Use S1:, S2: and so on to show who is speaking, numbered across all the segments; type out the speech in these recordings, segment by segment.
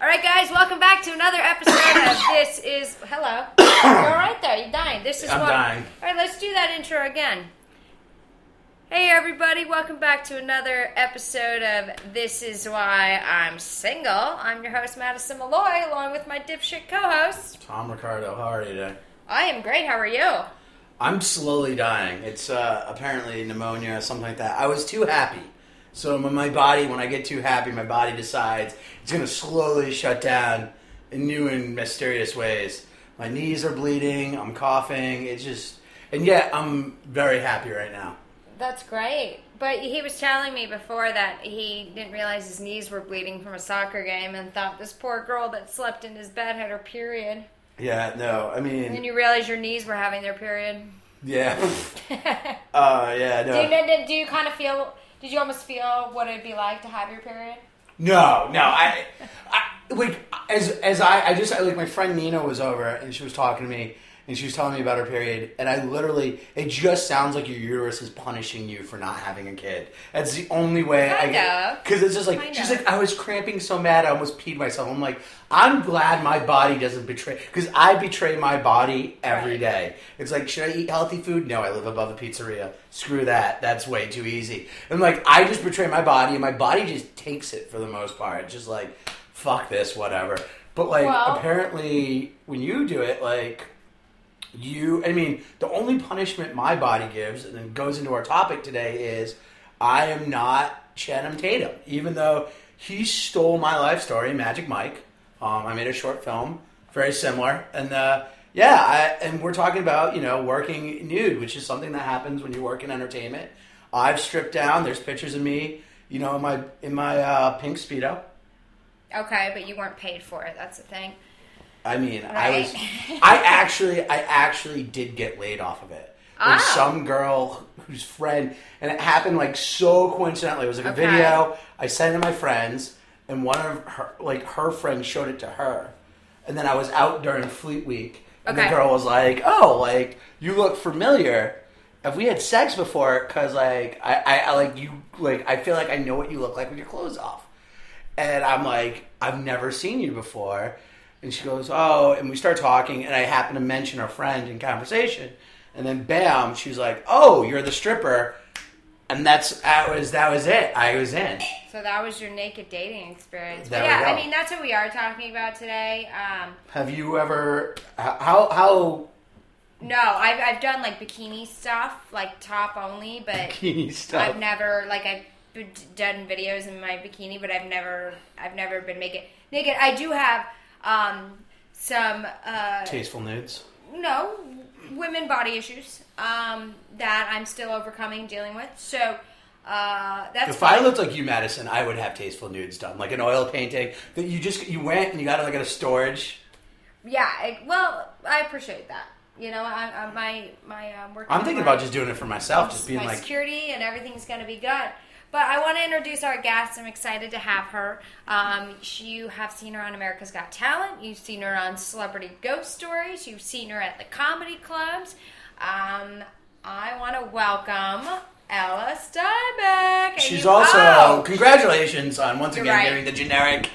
S1: All right, guys, welcome back to another episode of This Is. Hello. You're all right there. You're dying. This is
S2: I'm
S1: what.
S2: dying.
S1: All right, let's do that intro again. Hey, everybody, welcome back to another episode of This Is Why I'm Single. I'm your host, Madison Malloy, along with my dipshit co host.
S2: Tom Ricardo, how are you today?
S1: I am great. How are you?
S2: I'm slowly dying. It's uh, apparently pneumonia or something like that. I was too happy. So when my body, when I get too happy, my body decides it's going to slowly shut down in new and mysterious ways. My knees are bleeding. I'm coughing. It's just, and yet I'm very happy right now.
S1: That's great. But he was telling me before that he didn't realize his knees were bleeding from a soccer game and thought this poor girl that slept in his bed had her period.
S2: Yeah, no, I
S1: And then
S2: mean,
S1: you realize your knees were having their period.
S2: yeah,
S1: do, you,
S2: uh, yeah,
S1: know-
S2: no.
S1: did- do you kind of feel? Did you almost feel what it'd be like to have your period?
S2: No, no, I, I like as as I, I just I, like my friend Nina was over and she was talking to me and she was telling me about her period and I literally it just sounds like your uterus is punishing you for not having a kid. That's the only way I
S1: Kinda.
S2: get because it's just like
S1: Kinda.
S2: she's like I was cramping so mad I almost peed myself. I'm like I'm glad my body doesn't betray because I betray my body every
S1: Right.
S2: day. It's like, should I eat healthy food? No, I live above a pizzeria. Screw that. That's way too easy. And like, I just betray my body, and my body just takes it for the most part. It's just like, fuck this, whatever. But like,
S1: Well-
S2: apparently, when you do it, like, you, I mean, the only punishment my body gives, and then goes into our topic today, is I am not Channing Tatum, even though he stole my life story, Magic Mike. Um, I made a short film, very similar, and uh, yeah, I, and we're talking about you know working nude, which is something that happens when you work in entertainment. I've stripped down. There's pictures of me, you know, in my in my uh, pink speedo.
S1: Okay, but you weren't paid for it. That's the thing.
S2: I mean, I was.
S1: Right.
S2: I actually, I actually did get laid off of it. Like
S1: Oh.
S2: some girl whose friend, and it happened like so coincidentally. It was like a
S1: Okay.
S2: video. I sent it to my friends, and one of her, like her friends, showed it to her. And then I was out during Fleet Week, and
S1: Okay.
S2: the girl was like, "Oh, like you look familiar. Have we had sex before? Because like I, I, I like you, like I feel like I know what you look like with your clothes off." And I'm like, I've never seen you before. And she goes, Oh, and we start talking, and I happen to mention our friend in conversation. And then bam, she's like, Oh, you're the stripper. And that's that was that was it. I was in.
S1: So that was your naked dating experience. But
S2: There we
S1: yeah, I
S2: go.
S1: mean that's what we are talking about today. Um,
S2: Have you ever how how
S1: no, I've I've done like bikini stuff, like top only, but
S2: bikini
S1: I've
S2: stuff?
S1: never like I've b- done videos in my bikini, but I've never I've never been naked. Naked. I do have um, some uh,
S2: Tasteful nudes.
S1: no women body issues um, that I'm still overcoming, dealing with. So uh, that's
S2: If I
S1: fine.
S2: looked like you, Madison, I would have tasteful nudes done, like an oil painting that you just you went and you got it like at a storage.
S1: yeah. I, well, I appreciate that. You know, I, I, my my um, work.
S2: I'm thinking about just doing it for myself, just being
S1: my
S2: like,
S1: security and everything's going to be good. But I want to introduce our guest. I'm excited to have her. Um, she, you have seen her on America's Got Talent. You've seen her on Celebrity Ghost Stories. You've seen her at the comedy clubs. Um, I want to welcome Ella Steinbeck. And
S2: She's
S1: you-
S2: also
S1: Oh!
S2: congratulations on once
S1: You're
S2: again
S1: right.
S2: doing the generic.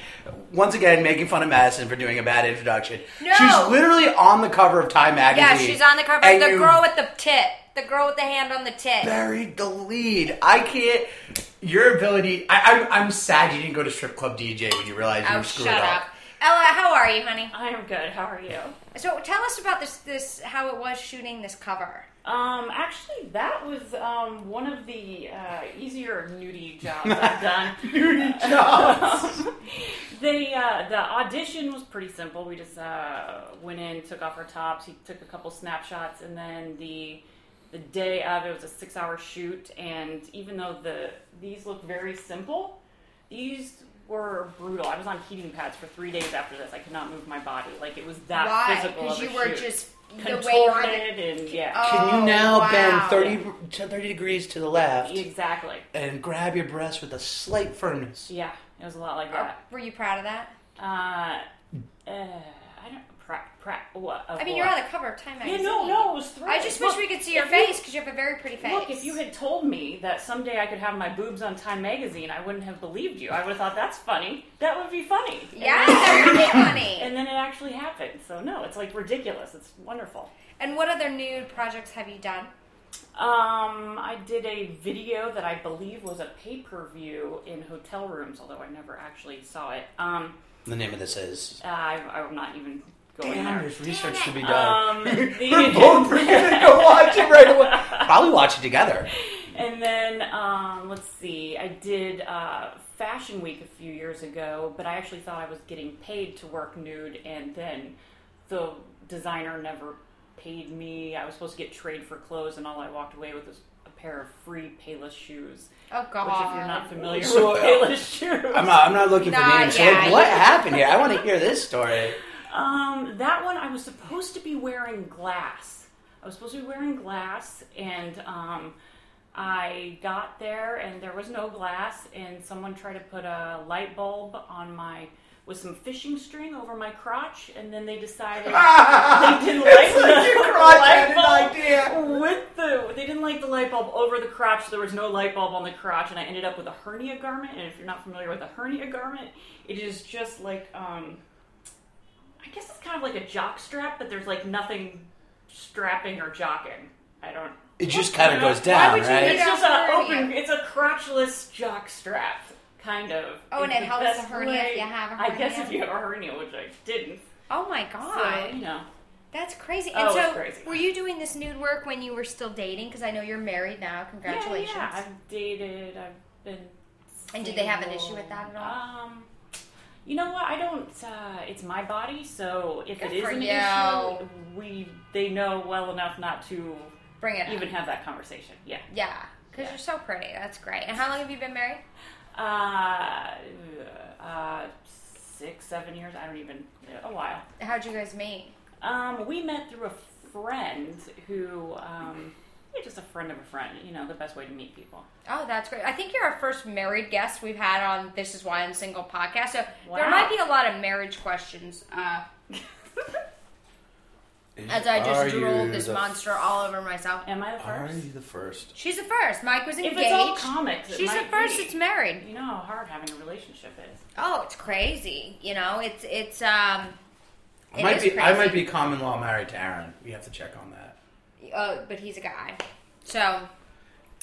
S2: Once again, making fun of Madison for doing a bad introduction.
S1: No.
S2: She's literally on the cover of Time
S1: yeah,
S2: magazine.
S1: she's on the cover.
S2: and
S1: The
S2: you
S1: girl with the tit. The girl with the hand on the tit.
S2: buried the lead. I can't. Your ability. I, I'm, I'm sad you didn't go to strip club DJ when you realized you
S1: Oh,
S2: were screwed
S1: shut
S2: up.
S1: up. Ella, how are you, honey?
S3: I am good. How are you?
S1: So tell us about this, this how it was shooting this cover.
S3: Um, actually, that was um, one of the uh, easier nudie jobs I've done.
S2: Nudie jobs.
S3: the uh, the audition was pretty simple. We just uh, went in, took off our tops, he took a couple snapshots, and then the the day of it was a six hour shoot. And even though the these look very simple, these were brutal. I was on heating pads for three days after this. I could not move my body. Like it was that
S1: Why?
S3: physical.
S1: Because
S3: of a
S1: you were
S3: shoot.
S1: just the way you were.
S3: contorted and yeah.
S2: Can you now
S1: Oh, wow.
S2: bend 30, to 30 degrees to the left
S3: Exactly.
S2: and grab your breast with a slight firmness?
S3: Yeah, it was a lot like
S1: Oh,
S3: that.
S1: were you proud of that?
S3: Uh, uh, I don't. Pra, pra, what, of
S1: I mean,
S3: what?
S1: you're on the cover of Time
S3: Yeah,
S1: magazine.
S3: no, no, it was three.
S1: I just wish we could see your
S3: if you-
S1: face because you have a very pretty face.
S3: Look, if you had told me that someday I could have my boobs on Time magazine, I wouldn't have believed you. I would have thought that's funny. That would be funny.
S1: Yeah, that very funny.
S3: And then it actually happened. So no, it's like ridiculous. It's wonderful.
S1: And what other nude projects have you done?
S3: Um, I did a video that I believe was a pay per view in hotel rooms, although I never actually saw it. Um,
S2: The name of this is.
S3: uh, I, I'm not even going
S2: Damn,
S3: there.
S2: there's research to be done.
S3: Um,
S2: We're
S3: the-
S2: both we're gonna go watch it right away. Probably watch it together.
S3: And then um, let's see, I did uh, Fashion Week a few years ago, but I actually thought I was getting paid to work nude, and then the designer never paid me. I was supposed to get trade for clothes, and all I walked away with was a pair of free Payless shoes.
S1: Oh
S3: Which,
S1: God.
S3: if you're not familiar
S2: So,
S3: with
S2: uh,
S3: Payless shoes,
S2: I'm not. I'm not looking for
S1: Nah,
S2: names. So,
S1: yeah,
S2: like, what
S1: you-
S2: happened here? I want to hear this story.
S3: Um, that one I was supposed to be wearing glass. I was supposed to be wearing glass, and um, I got there and there was no glass, and someone tried to put a light bulb on my with some fishing string over my crotch, and then they decided they didn't like
S2: it's
S3: the
S2: like your crotch had
S3: light
S2: an
S3: bulb
S2: idea.
S3: with the they didn't like the light bulb over the crotch. There was no light bulb on the crotch, and I ended up with a hernia garment. And if you're not familiar with a hernia garment, it is just like um, I guess it's kind of like a jock strap, but there's like nothing strapping or jocking. I don't.
S2: It just kind of goes
S1: Why
S2: down,
S1: would you
S2: right?
S1: need
S3: It's
S1: Yeah,
S3: just an
S1: hernia.
S3: open. It's a crotchless jock strap, kind of.
S1: Oh, and
S3: It's
S1: it
S3: the
S1: helps
S3: best
S1: the hernia if
S3: way-
S1: you have a
S3: I guess
S1: hernia.
S3: if you have a hernia, which I didn't.
S1: Oh my God.
S3: So, you know.
S1: That's crazy.
S3: Oh,
S1: And so,
S3: it's crazy.
S1: were you doing this nude work when you were still dating? Because I know you're married now. Congratulations.
S3: Yeah, yeah. I've dated. I've been.
S1: And did they have an issue
S3: single.
S1: with that at
S3: Um, you know what? I don't. Uh, it's my body, so if
S1: Good
S3: it is
S1: for
S3: an
S1: you.
S3: issue, we they know well enough not to
S1: Bring it.
S3: even
S1: up.
S3: have that conversation. Yeah.
S1: Yeah, because you're so pretty. That's great. And how long have you been married?
S3: Uh, uh, six, seven years. I don't even. A while.
S1: How'd you guys meet?
S3: Um, we met through a friend who. Um, yeah, just a friend of a friend. You know, the best way to meet people.
S1: Oh, that's great. I think you're our first married guest we've had on This Is Why I'm Single podcast. So there
S3: Wow.
S1: might be a lot of marriage questions. Uh, as I
S2: Are
S1: just
S2: you
S1: drooled this
S2: the-
S1: monster all over myself.
S3: Am I the
S2: Are
S3: first?
S2: you the first?
S1: She's the first. Mike was
S3: If
S1: engaged.
S3: it's all comics, it
S1: She's the
S3: might
S1: first.
S3: be.
S1: It's married.
S3: You know how hard having a relationship is.
S1: Oh, it's crazy. You know, it's it's um.
S2: I
S1: it
S2: might
S1: is
S2: be. I
S1: crazy.
S2: might be common law married to Aaron. We have to check on that.
S1: Oh, but he's a guy, so.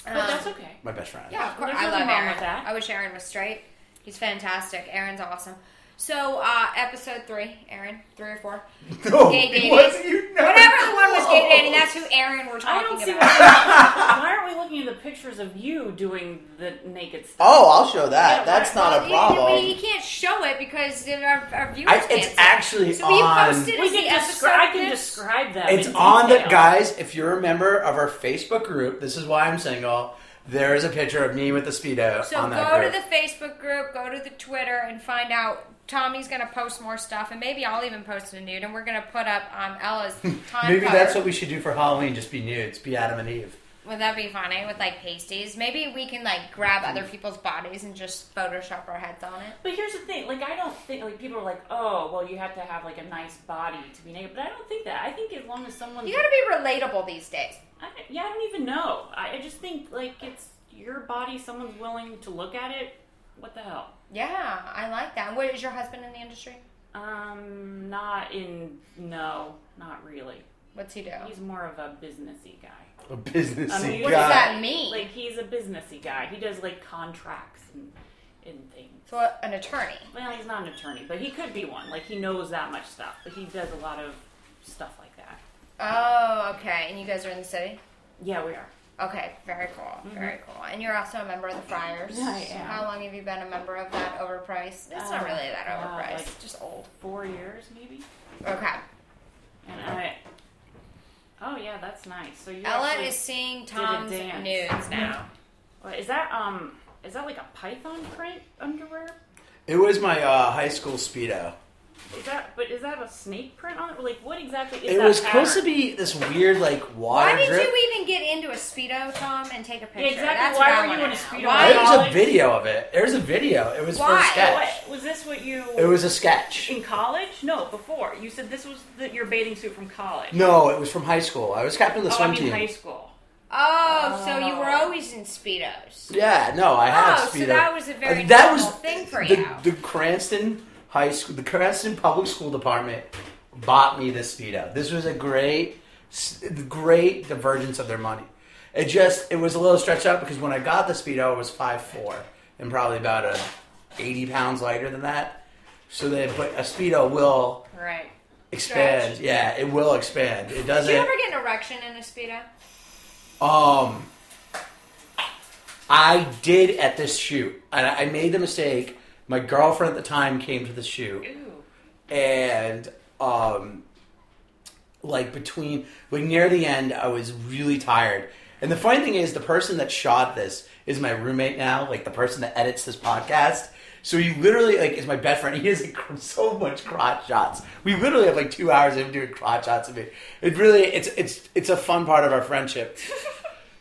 S3: But
S1: um,
S3: that's okay.
S2: My best friend.
S1: Yeah, of course.
S3: There's
S1: I
S3: nothing
S1: love
S3: wrong
S1: Aaron.
S3: with that.
S1: I wish Aaron was straight. He's fantastic. Aaron's awesome. So, uh, episode three, Aaron, three or four.
S2: No,
S1: Gay
S2: it
S1: dating.
S2: wasn't. You never
S1: Whatever the one was gay
S2: close.
S1: dating, that's who Aaron we're
S3: I
S1: talking
S3: don't see why,
S1: about.
S3: why aren't we looking at the pictures of you doing the naked stuff?
S2: Oh, I'll show
S3: Yeah,
S2: that. That's
S3: right.
S2: not a
S1: You-
S2: problem.
S1: You, you can't show it because our, our viewers
S2: I,
S1: can't see
S2: it's
S1: it.
S2: actually
S1: So will you
S2: on.
S1: post it
S3: we
S1: as the
S3: can
S1: episode?
S3: describe. I can
S1: clips?
S3: describe that.
S2: It's on the guys. If you're a member of our Facebook group, this is why I'm single. There is a picture of me with the speedo
S1: So
S2: on that
S1: go
S2: group.
S1: to the Facebook group, go to the Twitter, and find out. Tommy's gonna post more stuff, and maybe I'll even post a nude, and we're gonna put up um, Ella's time.
S2: Maybe
S1: code.
S2: that's what we should do for Halloween. Just be nudes. Be Adam and Eve.
S1: Would that be funny with like pasties? Maybe we can like grab other people's bodies and just Photoshop our heads on it.
S3: But here's the thing: like, I don't think like people are like, oh, well, you have to have like a nice body to be naked. But I don't think that. I think as long as someone,
S1: You gotta be relatable these days.
S3: I, yeah, I don't even know. I, I just think like it's your body. Someone's willing to look at it. What the hell?
S1: Yeah, I like that. What is your husband in the industry?
S3: Um, not in. No, not really.
S1: What's he do?
S3: He's more of a businessy guy.
S2: A businessy
S3: I mean,
S2: guy.
S3: what
S1: What does that mean?
S3: Like he's a businessy guy. He does like contracts and and things.
S1: so uh, an attorney.
S3: Well, he's not an attorney, but he could be one. Like he knows that much stuff, but he does a lot of stuff like that.
S1: Oh, okay. And you guys are in the city.
S3: Yeah, we are.
S1: Okay, very cool, very cool. And you're also a member of the Friars.
S3: Yeah, I am.
S1: How long have you been a member of that overpriced? It's not
S3: Uh,
S1: really that
S3: uh,
S1: overpriced.
S3: like-
S1: just old.
S3: Four years maybe.
S1: Okay.
S3: And I. Oh yeah, that's nice. So you.
S1: Ella
S3: actually-
S1: is seeing Tom's
S3: dance.
S1: nudes now.
S3: What, Is that um? Is that like a python print underwear?
S2: It was my uh, high school speedo.
S3: Is that? But is that a snake print on it? Like what exactly is
S2: It
S3: that?
S2: was supposed to
S3: pattern?
S2: be this weird, like water
S1: Why did
S2: drip.
S1: you even get into a speedo, Tom, and take a picture?
S3: exactly.
S1: That's
S3: Why
S1: what I
S3: were you
S1: wanna
S3: in a
S1: know.
S3: Speedo?
S1: Why?
S3: Why?
S2: There's a
S3: College?
S2: video of it. There's a video. It was for
S1: Why?
S2: a sketch.
S3: What, was this what you?
S2: It was a sketch.
S3: In college? No, before. You said this was the, your bathing suit from college.
S2: No, it was from high school. I was captain of the
S3: oh, I
S2: swim
S3: mean
S2: team.
S3: high school.
S1: Oh, so you were
S3: Oh.
S1: always in speedos.
S2: Yeah, no, I had
S1: Oh, so
S2: speedo.
S1: that was a very
S2: Uh, that
S1: normal
S2: was
S1: thing for
S2: the,
S1: you.
S2: The Cranston high school, the Creston Public School Department bought me this speedo. This was a great, s- great divergence of their money. It just it was a little stretched out because when I got the speedo, it was five four and probably about a eighty pounds lighter than that. So they but a speedo will
S3: Right.
S2: expand. Yeah, it will expand. It
S1: Did
S2: doesn't.
S1: you ever get an erection in a speedo?
S2: Um, I did at this shoot, and I I made the mistake. My girlfriend at the time came to the shoot,
S3: Ooh.
S2: and um, like between like near the end, I was really tired. And the funny thing is, the person that shot this is my roommate now, like the person that edits this podcast. So he literally like is my best friend. He does like, cr- so much crotch shots. We literally have like two hours of him doing crotch shots of me. It really it's it's it's a fun part of our friendship.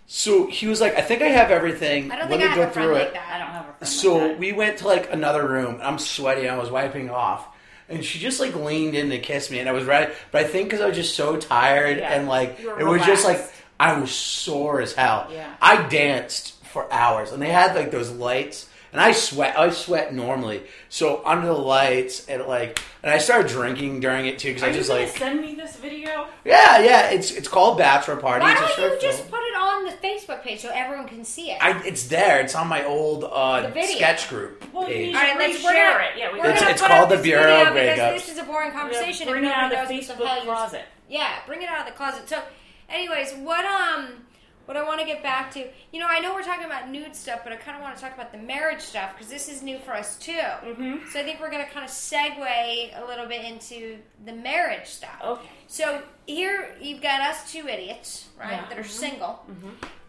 S2: so he was like, I think I have everything.
S1: I don't
S2: Let
S1: think
S2: me
S1: I
S2: go
S1: have a friend
S2: through it.
S1: like
S3: I
S1: that.
S3: don't have a friend like
S2: So
S3: that.
S2: we went to like another room. and I'm sweaty. And I was wiping off, and she just like leaned in to kiss me, and I was right. But I think because I was just so tired
S3: Yeah.
S2: and like it
S3: You were
S2: was just like
S3: relaxed.
S2: I was sore as hell.
S3: Yeah.
S2: I danced for hours, and they had like those lights, and I sweat. I sweat normally, so under the lights and like, and I started drinking during it too because
S3: Are
S2: I
S3: you
S2: just
S3: gonna
S2: like
S3: send me this video?
S2: yeah, yeah. It's it's called bachelor party.
S1: Why
S2: it's a
S1: don't
S2: short
S1: you
S2: film.
S1: just put it on the Facebook page so everyone can see it?
S2: I, it's there. It's on my old uh,
S1: The video.
S2: sketch group
S3: Well, you
S2: page.
S3: need-
S1: Alright, let's- we're
S3: Share
S1: gonna-
S3: it. Yeah, we
S1: we're
S2: It's-
S1: gonna
S2: it's
S1: put
S2: called
S1: up
S2: the
S1: this
S2: Bureau
S1: video
S2: of Breakups.
S1: Because this is a boring conversation.
S3: Bring
S1: if
S3: it out
S1: nobody
S3: of the
S1: knows what
S3: Facebook
S1: the hell you're-
S3: closet.
S1: Yeah, bring it out of the closet. So, anyways, what um, what I want to get back to, you know, I know we're talking about nude stuff, but I kind of want to talk about the marriage stuff because this is new for us too.
S3: Mhm.
S1: So I think we're gonna kind of segue a little bit into the marriage stuff.
S3: Okay.
S1: So here you've got us two idiots, right,
S3: Yeah.
S1: that are single,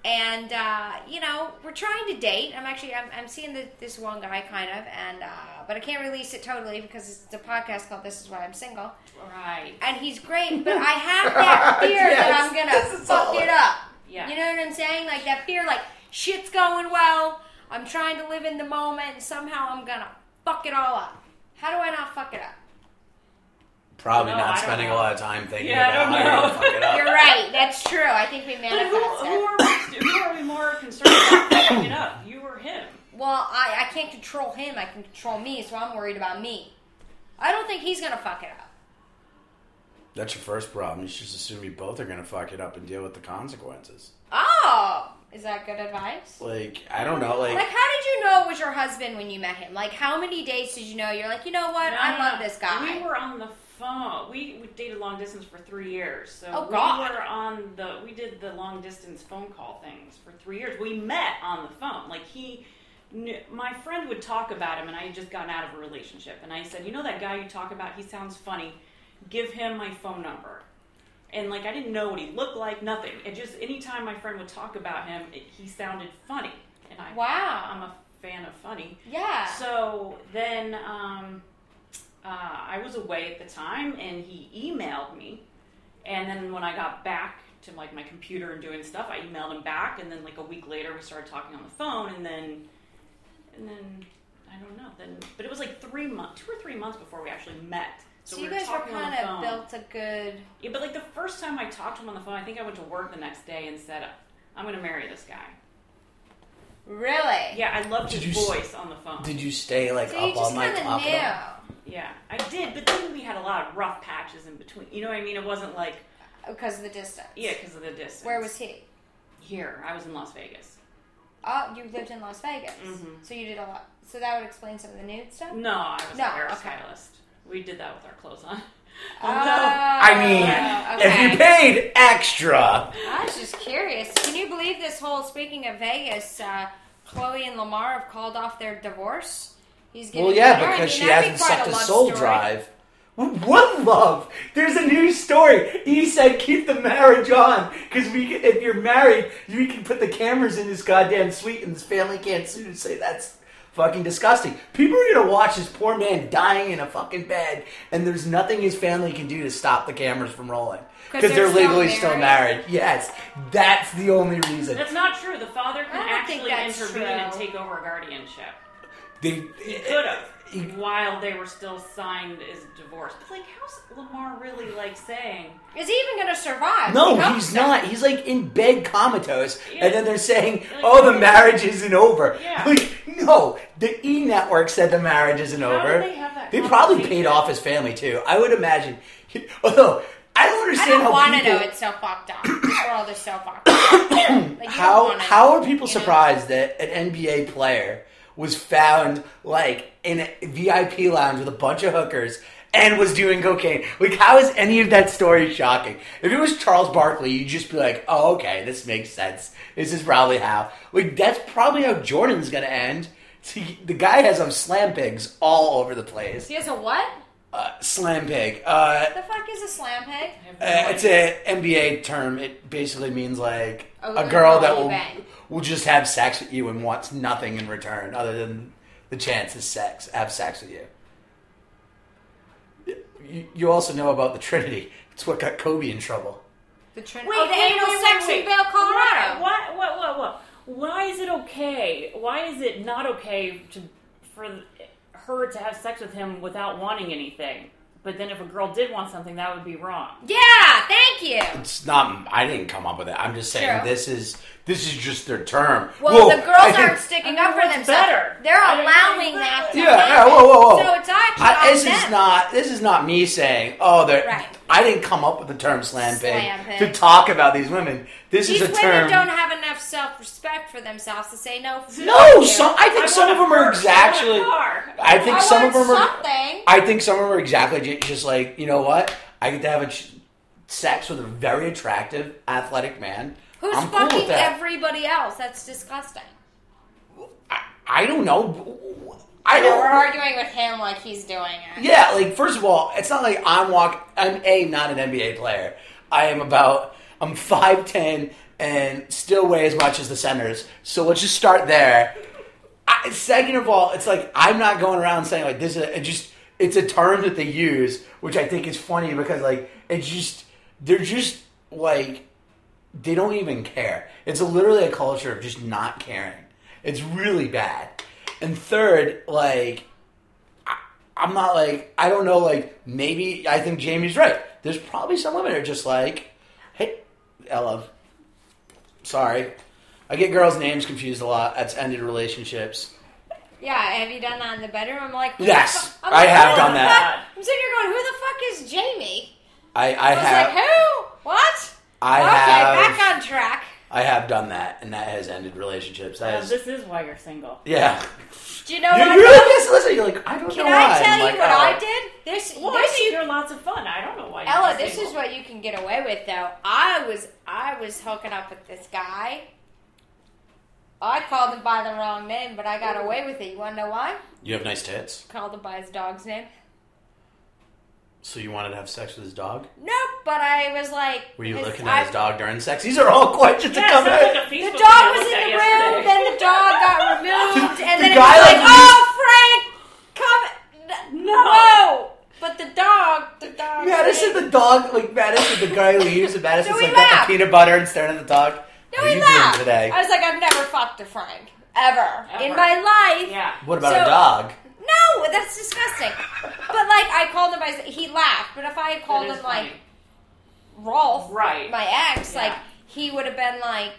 S1: and uh, you know we're trying to date. I'm actually I'm, I'm seeing the, this one guy kind of, and uh, but I can't release it totally because it's a podcast called "This Is Why I'm Single,"
S3: Right.
S1: and he's great. But I have that fear that
S2: Yes,
S1: I'm gonna
S2: this
S1: fuck
S2: is solid.
S1: it up.
S3: Yeah.
S1: You know what I'm saying? Like that fear, like shit's going well. I'm trying to live in the moment, and somehow I'm gonna fuck it all up. How do I not fuck it up?
S2: Probably
S3: No, I
S2: not
S3: don't
S2: spending
S3: know.
S2: a lot of time thinking
S3: Yeah, I
S2: about
S3: don't
S2: how
S3: know.
S2: to fuck it up.
S1: You're right. That's true. I think we
S3: But
S1: manifest
S3: who, who,
S1: it.
S3: are we, who are we more concerned about fucking it up? You or him?
S1: Well, I, I can't control him. I can control me, so I'm worried about me. I don't think he's gonna fuck it up.
S2: That's your first problem. You should just assume you both are gonna fuck it up and deal with the consequences.
S1: Oh, is that good advice?
S2: Like I don't know. Like
S1: Like, how did you know it was your husband when you met him? Like, how many days did you know? You're like, you know what? I
S3: No, no,
S1: love
S3: no.
S1: this guy.
S3: We were on the phone. We, we dated long distance for three years. So
S1: Oh, God.
S3: we were on the we did the long distance phone call things for three years. We met on the phone. Like he knew, my friend would talk about him and I had just gotten out of a relationship and I said, You know that guy you talk about, he sounds funny. Give him my phone number. And like I didn't know what he looked like, nothing. It just anytime my friend would talk about him, it, he sounded funny. And I
S1: Wow.
S3: I'm a fan of funny.
S1: yeah.
S3: Um, So then um, uh, I was away at the time, and he emailed me. And then when I got back to like my computer and doing stuff, I emailed him back. And then like a week later, we started talking on the phone. And then, and then I don't know. Then, but it was like three months, two or three months before we actually met.
S1: So,
S3: we
S1: you
S3: were
S1: guys were
S3: talking on
S1: kind
S3: the
S1: of
S3: phone.
S1: built a good.
S3: Yeah, but like the first time I talked to him on the phone, I think I went to work the next day and said, "I'm going to marry this guy."
S1: Really.
S3: Yeah, I loved
S2: Did
S3: his
S2: you s-
S3: voice on the phone.
S2: did you stay like
S1: So you
S2: up all
S1: just
S2: night
S1: kind of
S2: top it up?
S1: knew
S3: Yeah, I did, but then we had a lot of rough patches in between. You know what I mean? It wasn't like
S1: because of the distance.
S3: yeah, because of the distance.
S1: Where was he?
S3: here? I was in Las Vegas.
S1: Oh, you lived in Las Vegas,
S3: Mhm.
S1: so you did a lot. So that would explain some of the nude stuff.
S3: No, I was
S1: No,
S3: a hairstylist.
S1: okay.
S3: We did that with our clothes on.
S1: Oh,
S2: I mean,
S1: okay.
S2: if you paid extra,
S1: I was just curious. Can you believe this whole? Speaking of Vegas, uh, Chloe and Lamar have called off their divorce. He's getting
S2: well, yeah,
S1: married.
S2: because she
S1: That'd be
S2: hasn't
S1: quite
S2: sucked a
S1: love
S2: soul
S1: story.
S2: drive. Well, What love? There's a new story. He said, "Keep the marriage on, because we, can- if you're married, we can put the cameras in this goddamn suite, and this family can't sue and say that's fucking disgusting." People are gonna watch this poor man dying in a fucking bed, and there's nothing his family can do to stop the cameras from rolling
S1: 'Cause
S2: because
S1: they're
S2: they're,
S1: still
S2: legally still
S1: married?
S2: married. Yes, that's the only reason.
S3: That's not true. The father
S1: I
S3: can
S1: don't think
S3: actually
S1: that's
S3: intervene
S1: true.
S3: and take over guardianship.
S2: They eh,
S3: Could have. while they were still signed as divorced. But like, how's Lamar really like saying?
S1: Is he even going to survive?
S2: No,
S1: We hope
S2: he's
S1: so.
S2: not. He's like in bed comatose,
S3: Yeah.
S2: and then they're saying,
S3: Like,
S2: "Oh, the
S3: yeah.
S2: marriage isn't over."
S3: Yeah.
S2: Like, no, the E Network said the marriage isn't
S3: How
S2: over.
S3: did they have that
S2: probably
S3: conversation?
S2: paid off his family too. I would imagine. He, although I don't
S1: I
S2: understand
S1: don't want
S2: how
S1: to
S2: people,
S1: know it's so fucked up. This world is so fucked up. Like, you don't
S2: how
S1: wanna
S2: how are
S1: know,
S2: people
S1: you know?
S2: surprised that an NBA player was found like in a VIP lounge with a bunch of hookers and was doing cocaine? Like, how is any of that story shocking? If it was Charles Barkley, you'd just be like, "Oh, okay, this makes sense. This is probably how." Like, that's probably how Jordan's gonna end. See, the guy has some slam pigs all over the place.
S1: He has a what?
S2: Uh, slam pig. Uh,
S1: The fuck is a slam pig?
S3: I have no
S2: uh, it's
S3: idea.
S2: a NBA term. It basically means like
S1: A
S2: a
S1: woman
S2: girl that
S1: will
S2: will
S1: bang.
S2: will just have sex with you and wants nothing in return other than the chance is sex. Have sex with you. You, you also know about the Trinity. It's what got Kobe in trouble.
S1: The Trin-
S3: Wait,
S1: oh, the
S3: wait,
S1: anal
S3: wait, wait,
S1: sex
S3: wait.
S1: in Vail, Colorado.
S3: Why, what, what, what? Why is it okay? Why is it not okay to for her to have sex with him without wanting anything? But then if a girl did want something, that would be wrong.
S1: Yeah, thank you.
S2: It's not. I didn't come up with it. I'm just saying
S1: True.
S2: this is this is just their term.
S1: Well,
S2: Whoa,
S1: the
S2: I
S1: girls
S2: think-
S1: aren't sticking
S3: I mean,
S1: up for
S3: what's
S1: themselves.
S3: better?
S1: They're
S3: I don't
S1: allowing
S3: know.
S1: that to
S2: Yeah, yeah,
S1: happen.
S2: whoa, whoa, whoa.
S1: So it's actually
S2: I,
S1: on
S2: this
S1: them.
S2: is not this is not me saying oh they're
S1: Right.
S2: I didn't come up with the term slam pig
S1: Slam pig.
S2: to talk about these women. This
S1: These
S2: is a
S1: women
S2: term.
S1: don't have enough self-respect for themselves to say no.
S2: no, some I think
S3: I
S2: some
S3: want
S2: of
S3: a
S2: them are
S3: purse. I want a
S2: exactly.
S3: car.
S2: I think
S1: I
S2: some of
S1: want
S2: them are.
S1: something.
S2: I think some of them are exactly ju- just like you know what I get to have a ch- sex with a very attractive athletic man.
S1: Who's
S2: I'm cool
S1: fucking
S2: with that.
S1: everybody else? That's disgusting.
S2: I, I don't know. I
S1: No,
S2: don't.
S1: we're arguing with him like he's doing it.
S2: Yeah, like first of all, it's not like I'm walk. I'm a not an NBA player. I am about. I'm five ten and still weigh as much as the centers. So let's just start there. I, second of all, it's like I'm not going around saying like this is a, it just. It's a term that they use, which I think is funny because like it's just they're just like they don't even care. It's literally a culture of just not caring. It's really bad. And third, like I'm not like I don't know like maybe I think Jamie's right. There's probably some women are just like, hey, Ella, sorry, I get girls' names confused a lot. That's ended relationships.
S1: Yeah, have you done that in the bedroom? I'm like, who the
S2: Yes,
S1: fu- I'm
S2: I
S1: like,
S2: have
S1: who
S2: done
S1: the
S2: that.
S1: fuck- I'm sitting here going, who the fuck is Jamie?
S2: I I
S1: I was
S2: have
S1: like, who? What?
S2: I
S1: okay,
S2: have
S1: back on track.
S2: I have done that, and that has ended relationships. That
S1: Oh,
S3: Uh,
S2: has,
S3: this is why you're single.
S2: yeah.
S1: Do you know
S2: You,
S1: what
S2: you're
S1: I'm
S2: like this. Listen, you're like I don't know
S1: Can
S2: why.
S1: I tell
S2: I'm
S1: you
S2: like,
S1: what
S2: oh.
S1: I did? This,
S3: Well, I
S1: this
S3: think
S1: you,
S3: you're lots of fun. I don't know why. you're
S1: Ella, this
S3: single.
S1: is what you can get away with though. I was I was hooking up with this guy. I called him by the wrong name, but I got away with it. You wanna know why?
S2: You have nice tits,
S1: Called him by his dog's name.
S2: so you wanted to have sex with his dog.
S1: Nope, but I was like,
S2: Were you
S1: this-
S2: looking
S1: I-
S2: at his dog during sex? These are all questions
S3: Yeah,
S2: that come
S3: sounds
S2: out.
S3: like
S1: The
S3: a Facebook
S1: dog
S3: video
S1: was in the
S3: I
S1: room,
S3: looked at yesterday.
S1: then the dog got removed, and
S2: The
S1: then it
S2: guy,
S1: was like,
S2: like,
S1: oh, Frank, come. n-
S3: No.
S1: No. But the dog, the dog.
S2: Madison, the dog, like Madison, the guy leaves, and Madison's
S1: we
S2: like got
S1: laugh.
S2: the peanut butter and staring at the dog.
S1: No,
S2: What are
S1: we
S2: you
S1: laughed.
S2: doing today?
S1: I was like, I've never fucked a Frank. Ever. In
S3: Ever.
S1: my life.
S3: Yeah.
S2: What about
S1: So-
S2: a dog?
S1: No, that's disgusting. but like, I called him, by, his- he laughed. But if I had called
S3: That is
S1: him, like,
S3: funny.
S1: Rolf,
S3: Right.
S1: my ex, like, he would have been like,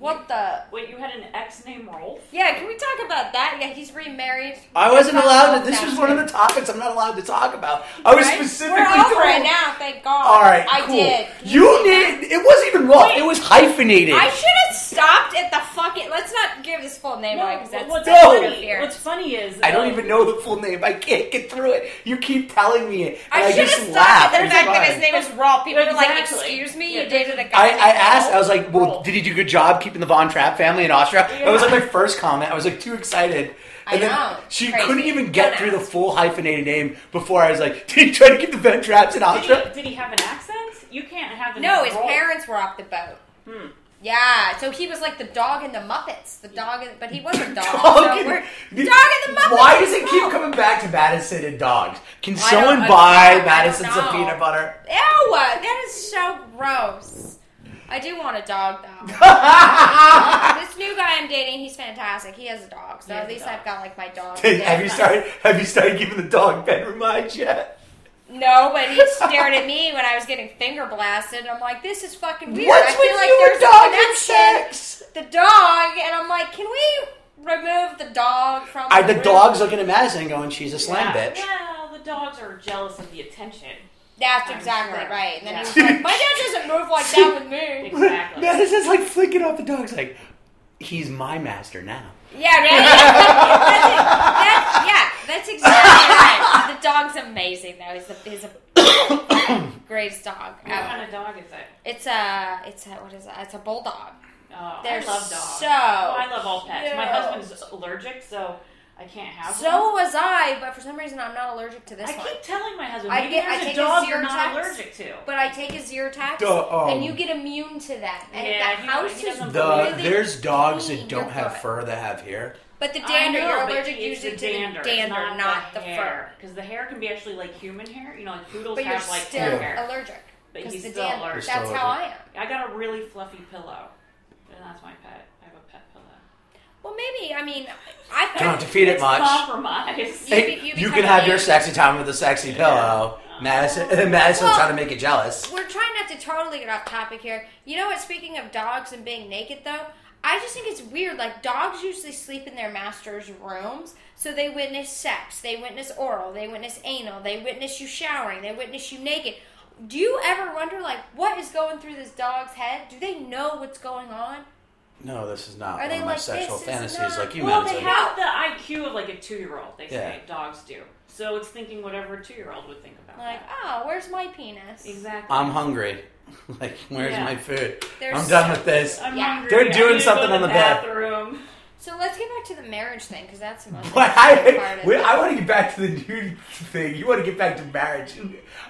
S1: what the?
S3: Wait, you had an ex named Rolf?
S1: Yeah, can we talk about that? Yeah, he's remarried.
S2: I wasn't allowed to. This
S1: That's
S2: was one of the topics I'm not allowed to talk about. I was
S1: Right?
S2: specifically
S1: We're over
S2: told.
S1: it now, thank God.
S2: All right,
S1: I
S2: cool.
S1: did.
S2: You need. It wasn't even wrong. It was hyphenated.
S1: I should have stopped at the fucking. Let's not give his full name away because that's
S3: what's,
S2: No.
S3: funny,
S1: interference.
S3: what's funny is
S2: I don't
S3: uh,
S2: even know the full name. I can't get through it. You keep telling me it. and
S1: I should have
S2: just
S1: stopped
S2: laugh.
S1: at the
S2: It's
S1: fact that his
S2: fine.
S1: name is Raw. People are like,
S3: Exactly.
S1: "Excuse me,
S3: Yeah,
S1: you dated a guy."
S2: I,
S1: named
S2: I asked, I
S1: Raoul?"
S2: was like, well, did he do a good job keeping the Von Trapp family in Austria? That was like my first comment. I was like too excited.
S1: I
S2: And then
S1: know.
S2: she
S1: Crazy.
S2: couldn't even get
S1: Dumbass.
S2: through the full hyphenated name before I was like, did he try to keep the Von Trapps in
S3: Did
S2: Austria?
S3: he, did he have an accent? You can't have an
S1: "No, his
S3: Rolf.
S1: parents were off the boat." Yeah, so he was like the dog in the Muppets. The dog, in, but he was a dog. so
S2: and-
S1: we're, dog in the Muppets.
S2: Why does it
S1: as
S2: keep
S1: well.
S2: coming back to Madison and dogs? Can
S1: don't
S2: someone
S1: know.
S2: buy
S1: I don't
S2: Madison some
S1: know.
S2: peanut butter?
S1: Ew, that is so gross. I do want a dog though. Um, this new guy I'm dating, he's fantastic. He has a dog, so
S3: He has
S1: at
S3: a
S1: least
S3: dog.
S1: I've got like my dog.
S2: have you started? Have you started giving the dog bedroom eyes yet?
S1: No, but he stared at me when I was getting finger blasted, and I'm like, this is fucking weird. I
S2: What's
S1: feel
S2: with
S1: like
S2: you
S1: there's
S2: and dog
S1: a
S2: and
S1: connection.
S2: sex?
S1: The dog, and I'm like, can we remove the dog from
S2: I, the
S1: room?"
S2: dog's looking at Madison going, she's a slam
S3: Yeah.
S2: bitch.
S3: Well, the dogs are jealous of the attention.
S1: That's
S3: I'm
S1: exactly
S3: sure.
S1: right. And then
S3: Yeah.
S1: he's like, my dad doesn't move like that with me.
S3: Exactly.
S2: Madison's like flicking off the dog's like, he's my master now.
S1: Yeah, right? that's, it. That's- yeah, that's exactly right. The dog's amazing, though. He's the, he's the greatest dog
S3: What
S1: ever.
S3: kind of dog is it?
S1: It's a, it's a, what is it? It's a bulldog.
S3: Oh,
S1: They're
S3: I love dogs.
S1: so
S3: oh, I love all pets. My
S1: cute.
S3: husband's allergic, so I can't have
S1: So
S3: one.
S1: was I, but for some reason I'm not allergic to this
S3: I
S1: one.
S3: keep telling my husband,
S1: I
S3: maybe
S1: get- I
S3: there's
S1: take
S3: a
S1: a
S3: dog you're
S1: Xerox.
S3: not allergic to.
S1: But I take a Xerotax,
S2: Duh, um,
S1: and you get immune to that. And
S3: Yeah,
S1: the
S3: he-
S1: house
S3: he
S1: is
S3: doesn't
S2: The,
S1: really
S2: there's dogs
S1: clean.
S2: that don't
S1: You're
S2: have
S1: good.
S2: fur that have hair.
S1: But the
S3: I
S1: dander,
S3: know,
S1: you're
S3: but
S1: allergic
S3: it's
S1: usually
S3: the
S1: to the dander,
S3: it's
S1: not, the, fur.
S3: Because the hair can be actually like human hair. You know, like poodles
S1: But you're
S3: have like
S1: still
S3: hair hair.
S1: allergic.
S3: But
S1: because
S3: he's
S1: the
S3: still
S1: dander.
S3: allergic.
S1: That's
S2: Still
S1: how I
S2: allergic.
S1: am.
S3: I got a really fluffy pillow, and that's my pet. I have a pet pillow.
S1: Well, maybe. I mean, I've
S2: Don't have to feed it
S3: It's
S2: much.
S3: Compromise.
S1: You
S2: Hey,
S1: be-
S2: you,
S1: you
S2: can
S1: become
S2: have
S1: a
S2: your
S1: man.
S2: sexy time with a sexy pillow. Madison, Madison's
S1: Well-
S2: trying to make you jealous.
S1: We're trying not to totally get off topic here. You know what? Speaking of dogs and being naked, though, I just think it's weird. Like, dogs usually sleep in their master's rooms, so they witness sex, they witness oral, they witness anal, they witness you showering, they witness you naked. Do you ever wonder, like, what is going through this dog's head? Do they know what's going on?
S2: No, this is not
S1: Are
S2: one
S1: they
S2: of my
S1: like,
S2: sexual
S1: this is
S2: fantasies
S1: not-
S2: like you,
S3: well,
S2: Madison.
S3: they have the IQ of like a two-year-old. They say
S2: Yeah.
S3: dogs do. So it's thinking whatever a two-year-old would think about.
S1: Like,
S3: that.
S1: oh, where's my penis?
S3: exactly.
S2: I'm hungry. like, where's
S3: Yeah.
S2: my food?
S1: There's
S2: I'm done
S1: so-
S2: with this.
S3: I'm
S1: Yeah.
S3: hungry.
S2: They're
S3: I need
S2: doing
S3: to
S2: something
S3: go to
S2: on the
S3: the
S2: bed.
S3: bathroom.
S1: So let's get back to the marriage thing because that's the most
S2: But
S1: interesting part
S2: I,
S1: of
S2: wait,
S1: it.
S2: I want to get back to the dude thing. You want to get back to marriage.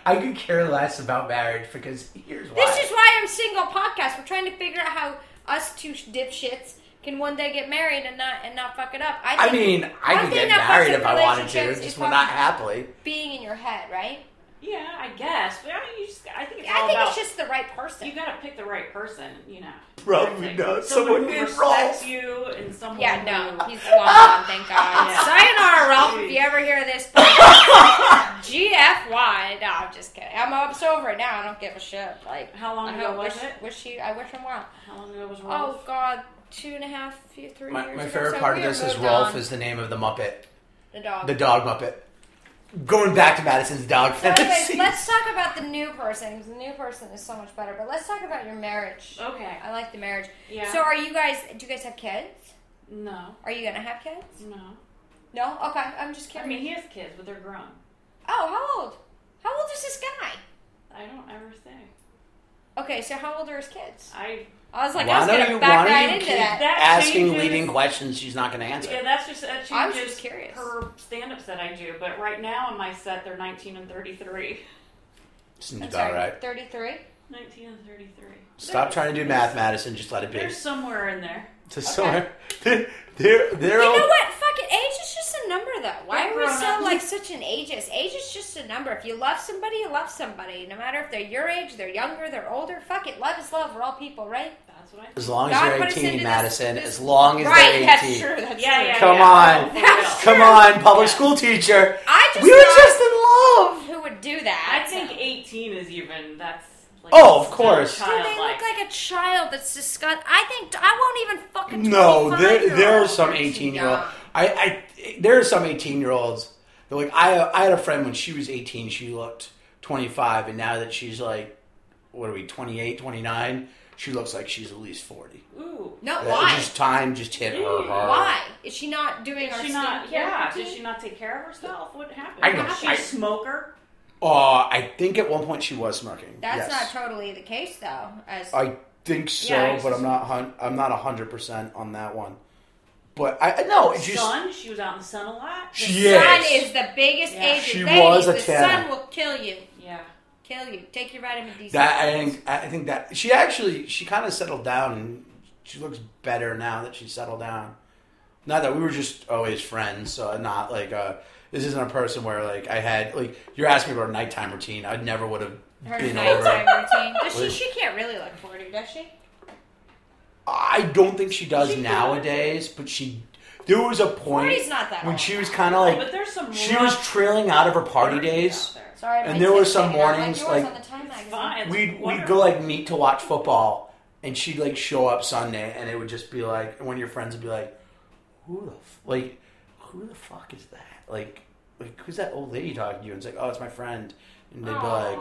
S2: I could care less about marriage because here's why.
S1: This is why I'm single podcast. We're trying to figure out how us two dipshits can one day get married and not and not fuck it up. I,
S2: I
S1: think
S2: mean, I
S1: one
S2: could
S1: thing
S2: get
S1: that
S2: married
S1: fucks
S2: if
S1: up
S2: I wanted to,
S1: relationships
S2: just
S1: is
S2: well, not
S1: fucking-
S2: happily.
S1: being in your head, right?
S3: Yeah, I guess. But I mean, you just, I think it's all
S1: I think
S3: about
S1: it's just the right
S3: you
S1: person.
S3: got to pick the right person. You know,
S2: Probably
S3: Exactly.
S2: not. Someone
S3: Someone, who
S2: did
S3: respects you and someone.
S1: Yeah, no,
S3: who-
S1: he's long gone, thank God.
S3: Yeah.
S1: Sayonara, Ralph. If you ever hear this, GFY. No, I'm just kidding. I'm, I'm so over it now. I don't give a shit. Like,
S3: How long
S1: I
S3: ago
S1: hope-
S3: was
S1: wish,
S3: it?
S1: Wish you. I wish him well.
S3: How long ago was
S1: Oh
S3: Rolf?
S1: God, two and a half, few- three
S2: My,
S1: years.
S2: my
S1: ago.
S2: favorite
S1: So
S2: part
S1: we
S2: of
S1: were
S2: this is
S1: moved
S2: Rolf
S1: on.
S2: is the name of the Muppet,
S1: the dog.
S2: the dog Muppet. Going back to Madison's dog
S1: So anyways,
S2: fantasy.
S1: let's talk about the new person because the new person is so much better. But let's talk about your marriage.
S3: Okay.
S1: I like the marriage.
S3: Oh. Yeah.
S1: So are you guys? Do you guys have kids?
S3: no,
S1: Are you gonna have kids?
S3: no.
S1: No. Okay, I'm just
S3: I
S1: kidding.
S3: mean, he has kids, but they're grown.
S1: oh, how old? How old is this guy?
S3: I don't ever say.
S1: Okay, so how old are his kids?
S3: I
S1: I was like,
S2: Why
S1: I was
S2: don't
S1: gonna
S2: you- why
S1: back
S2: don't
S1: right
S2: you
S1: into
S2: keep-
S1: that.
S3: that
S2: Asking
S3: changes-
S2: leading questions she's not going to answer.
S3: Yeah, that's just that changes
S1: I was just curious.
S3: per stand-up set I do. But right now on my set, they're 19 and 33.
S2: Seems
S1: I'm
S2: about
S1: sorry,
S2: right.
S1: 33.
S3: 19 and 33.
S2: Stop trying to do math, Madison. Just let it be.
S3: There's somewhere in there.
S2: To somewhere. They're, they're, they're
S1: You
S2: all-
S1: know what? Fuck it. Age is just a number, though. Why
S3: They're
S1: are we
S3: grown
S1: so
S3: up.
S1: like such an ageist? Age is just a number. If you love somebody, you love somebody. No matter if they're your age, they're younger, they're older. Fuck it. Love is love. We're all people, right?
S3: That's what I.
S2: As long as
S1: God
S2: you're
S1: put us
S2: 18,
S1: into
S2: Madison.
S1: this-
S2: as long as
S1: right.
S2: they're 18.
S1: That's true. That's
S3: Yeah,
S1: true.
S3: yeah.
S2: Come
S3: yeah.
S2: on.
S3: For real.
S1: That's
S2: Come on, public
S3: Yeah.
S2: school teacher.
S1: I just
S2: we were
S1: thought
S2: just in love.
S1: who would do that.
S3: I think 18 is even. That's. Like,
S2: Oh, of
S3: still
S2: course. Do
S1: Do they look
S3: childlike.
S1: like a child that's disgust? I think I won't even fucking.
S2: No,
S1: 25
S2: there, there are
S1: year-olds.
S2: some
S1: They're too
S2: 18 year old.
S1: young.
S2: I, I there are some 18 year olds. that, Like I, I had a friend when she was 18, she looked 25, and now that she's like, what are we, 28, 29, she looks like she's at least 40.
S3: Ooh.
S1: No,
S2: Uh,
S1: why?
S2: Just time just hit her
S3: Ew.
S2: hard.
S1: Why is she not doing
S3: Did
S1: her
S3: she not?
S1: skincare
S3: Yeah. Did
S1: routine?
S3: she not take care of herself? What happened?
S2: I
S1: don't-
S3: was she
S2: I-
S3: a smoker?
S2: Uh, I think at one point she was smirking.
S1: That's
S2: yes.
S1: not totally the case, though. As
S2: I think so,
S3: Yeah, I
S2: but I'm not. hun- I'm not hundred percent on that one. But I I- no, it's just
S3: Sun. She was out in the sun a lot.
S2: Oh, She-
S1: The
S2: Yes.
S1: sun is the biggest
S3: Yeah.
S1: agent.
S2: She
S1: Ladies,
S2: was a
S1: the
S2: 10.
S1: sun will kill you.
S3: yeah.
S1: Kill you. Take your vitamin D.
S2: that. I
S1: supplements.
S2: think. I think that she actually she kind of settled down and she looks better now that she settled down. Not that we were just always friends, so not like uh, This isn't a person where like I had like you're asking me about a nighttime routine. I never would have
S1: Her
S2: been over. it.
S1: nighttime routine. Does she?
S2: Wait.
S1: She can't really look forty, does she?
S2: I don't think she does
S3: She could.
S2: nowadays, but she. There was a point
S1: Forty's not that
S2: when
S1: old.
S2: she was kind of like
S3: but there's some
S2: Oh, she was
S3: rough
S2: trailing out of her party days.
S3: out there.
S1: Sorry,
S2: And
S1: my
S2: there were
S1: text
S2: some
S1: didn't have
S2: mornings,
S1: yours
S2: like-
S1: on the Time magazine.
S3: Fine, it's
S2: We'd we'd
S3: wonderful.
S2: go like meet to watch football, and she'd like show up Sunday, and it would just be like and one of your friends would be like, "Who the f- like, who the fuck is that? Like, like who's that old lady talking to you?" And it's like, "Oh, it's my friend," and they'd be like,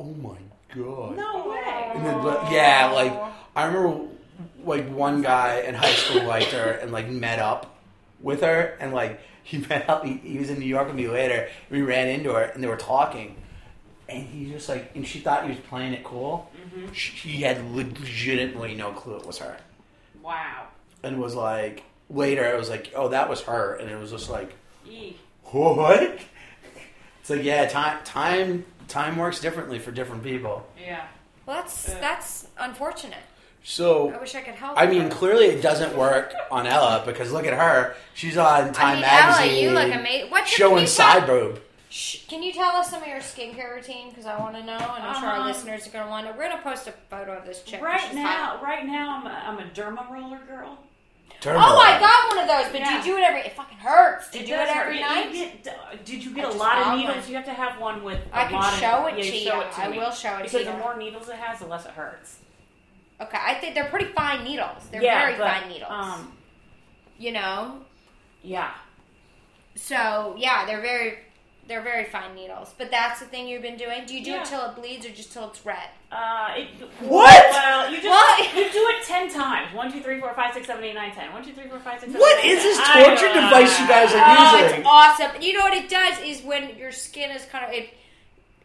S2: "Oh my god."
S3: no way.
S2: And then, but- yeah, like I remember, like one guy in high school liked her and like met up with her, and like he met up. He, he was in New York with me later. We ran into her, and they were talking, and he just like, and she thought he was playing it cool. She had legitimately no clue it was her,
S3: Wow.
S2: and was like later it was like, oh, that was her, and it was just like,
S3: E.
S2: what? It's like yeah, time time time works differently for different people.
S3: Yeah.
S1: well, that's that's unfortunate.
S2: So
S1: I wish I could help.
S2: I mean,
S1: her.
S2: clearly it doesn't work on Ella because look at her. She's on
S1: I
S2: Time
S1: mean, Ella,
S2: Magazine
S1: you look amazing. What's your can
S2: showing
S1: you
S2: side
S1: tell-
S2: boob.
S1: Shh, Can you tell us some of your skincare routine? Because I want to know, and I'm sure our
S3: Um,
S1: listeners are going to want to. We're going to post a photo of this chick. 'cause
S3: Right
S1: she's
S3: now,
S1: hot.
S3: right now, I'm a, I'm a derma roller girl.
S2: Turn
S1: Oh,
S2: her
S1: I
S2: on.
S1: got one of those, but
S3: Yeah.
S1: do you do it every? It fucking hurts. Do you
S3: It
S1: do it
S3: does
S1: every
S3: hurt. You
S1: night?
S3: get- did you
S1: I
S3: get a
S1: just
S3: lot
S1: got
S3: of needles?
S1: one.
S3: You have to have one with. a
S1: I can
S3: lot of-
S1: show it
S3: yeah,
S1: to
S3: show
S1: you.
S3: it to
S1: I
S3: me.
S1: will show it to
S3: because
S1: you.
S3: the more needles it has, the less it hurts.
S1: Okay, I think they're pretty fine needles. They're
S3: yeah,
S1: very
S3: but,
S1: fine needles.
S3: Um,
S1: you know,
S3: yeah.
S1: so yeah, they're very, they're very fine needles. But that's the thing you've been doing. Do you do
S3: Yeah.
S1: it till it bleeds or just till it's red?
S3: Uh, it,
S2: What?
S3: Well, you just
S1: What?
S3: you do it ten times. One, two, three, four, five, six, seven, eight, nine, ten. One, two, three, four, five, six, seven,
S2: What
S3: eight, nine,
S2: is this
S3: ten. I
S2: torture
S3: don't
S2: device you
S3: know.
S2: guys are
S1: Oh,
S2: Usually.
S1: it's awesome. You know what it does is when your skin is kind of it,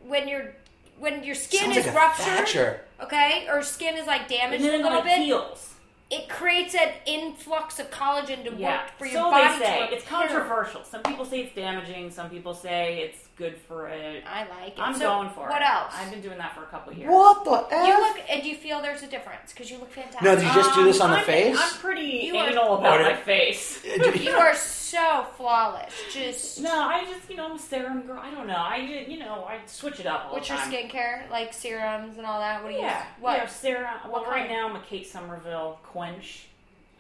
S1: when your when your skin
S2: Sounds
S1: is
S2: like a
S1: ruptured,
S2: thatcher.
S1: okay, or skin is like damaged
S3: And
S1: a
S3: then it
S1: little
S3: like
S1: bit,
S3: heals.
S1: it creates an influx of collagen to
S3: Yeah.
S1: work for your
S3: so
S1: body.
S3: they say
S1: to
S3: it's
S1: repair.
S3: controversial. Some people say it's damaging. Some people say it's good for it.
S1: I like it.
S3: I'm
S1: So
S3: going for it.
S1: What else?
S3: I've been doing that for a couple years.
S2: What the f?
S1: you look and you feel there's a difference because you look fantastic.
S2: No, did you just do this on the
S3: Um, I'm-
S2: face?
S3: I'm pretty
S1: You are-
S3: anal about
S2: Or-
S3: my face.
S1: You are so flawless. Just
S3: No, I just you know I'm a serum girl. I don't know. I ju- you know I switch it up all
S1: what's
S3: the
S1: your
S3: time.
S1: skincare like serums and all that? What do you?
S3: Yeah.
S1: What
S3: Yeah, serum. Well,
S1: What
S3: right
S1: kind?
S3: now I'm a Kate Somerville Quench.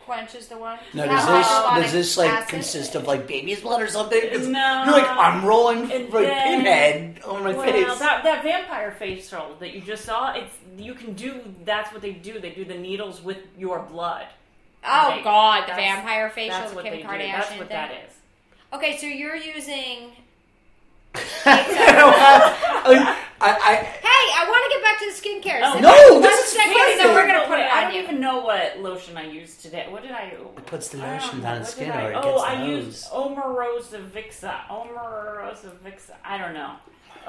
S1: quenches the one?
S2: now
S1: Is
S2: does
S1: that
S2: this
S1: hyaluronic
S2: does this like
S1: acid?
S2: consist of like baby's blood or something? 'Cause
S3: No.
S2: You're like I'm rolling
S3: And
S2: like
S3: then-
S2: pinhead on my
S3: well,
S2: face.
S3: that that vampire face roll that you just saw, it's you can do. That's what they do. They do the needles with your blood.
S1: Oh
S3: Like,
S1: God, the
S3: that's-
S1: vampire facial,
S3: That's
S1: the
S3: what
S1: Kim
S3: they do.
S1: Kardashian
S3: That's
S1: thing.
S3: what that is.
S1: Okay, so you're using.
S2: Like, I, I
S1: Hey, I want to get back to the skincare.
S3: Oh,
S1: So
S2: No,
S1: that's
S2: this
S1: one
S2: is
S1: segment
S2: crazy.
S1: that we're gonna put it
S3: I
S1: on
S3: don't
S1: you.
S3: even know what lotion I used today. What did I? It
S2: puts the lotion down his skin or it
S3: Oh,
S2: gets the
S3: I
S2: hose.
S3: used Omarosavixa. Omarosavixa. I don't know.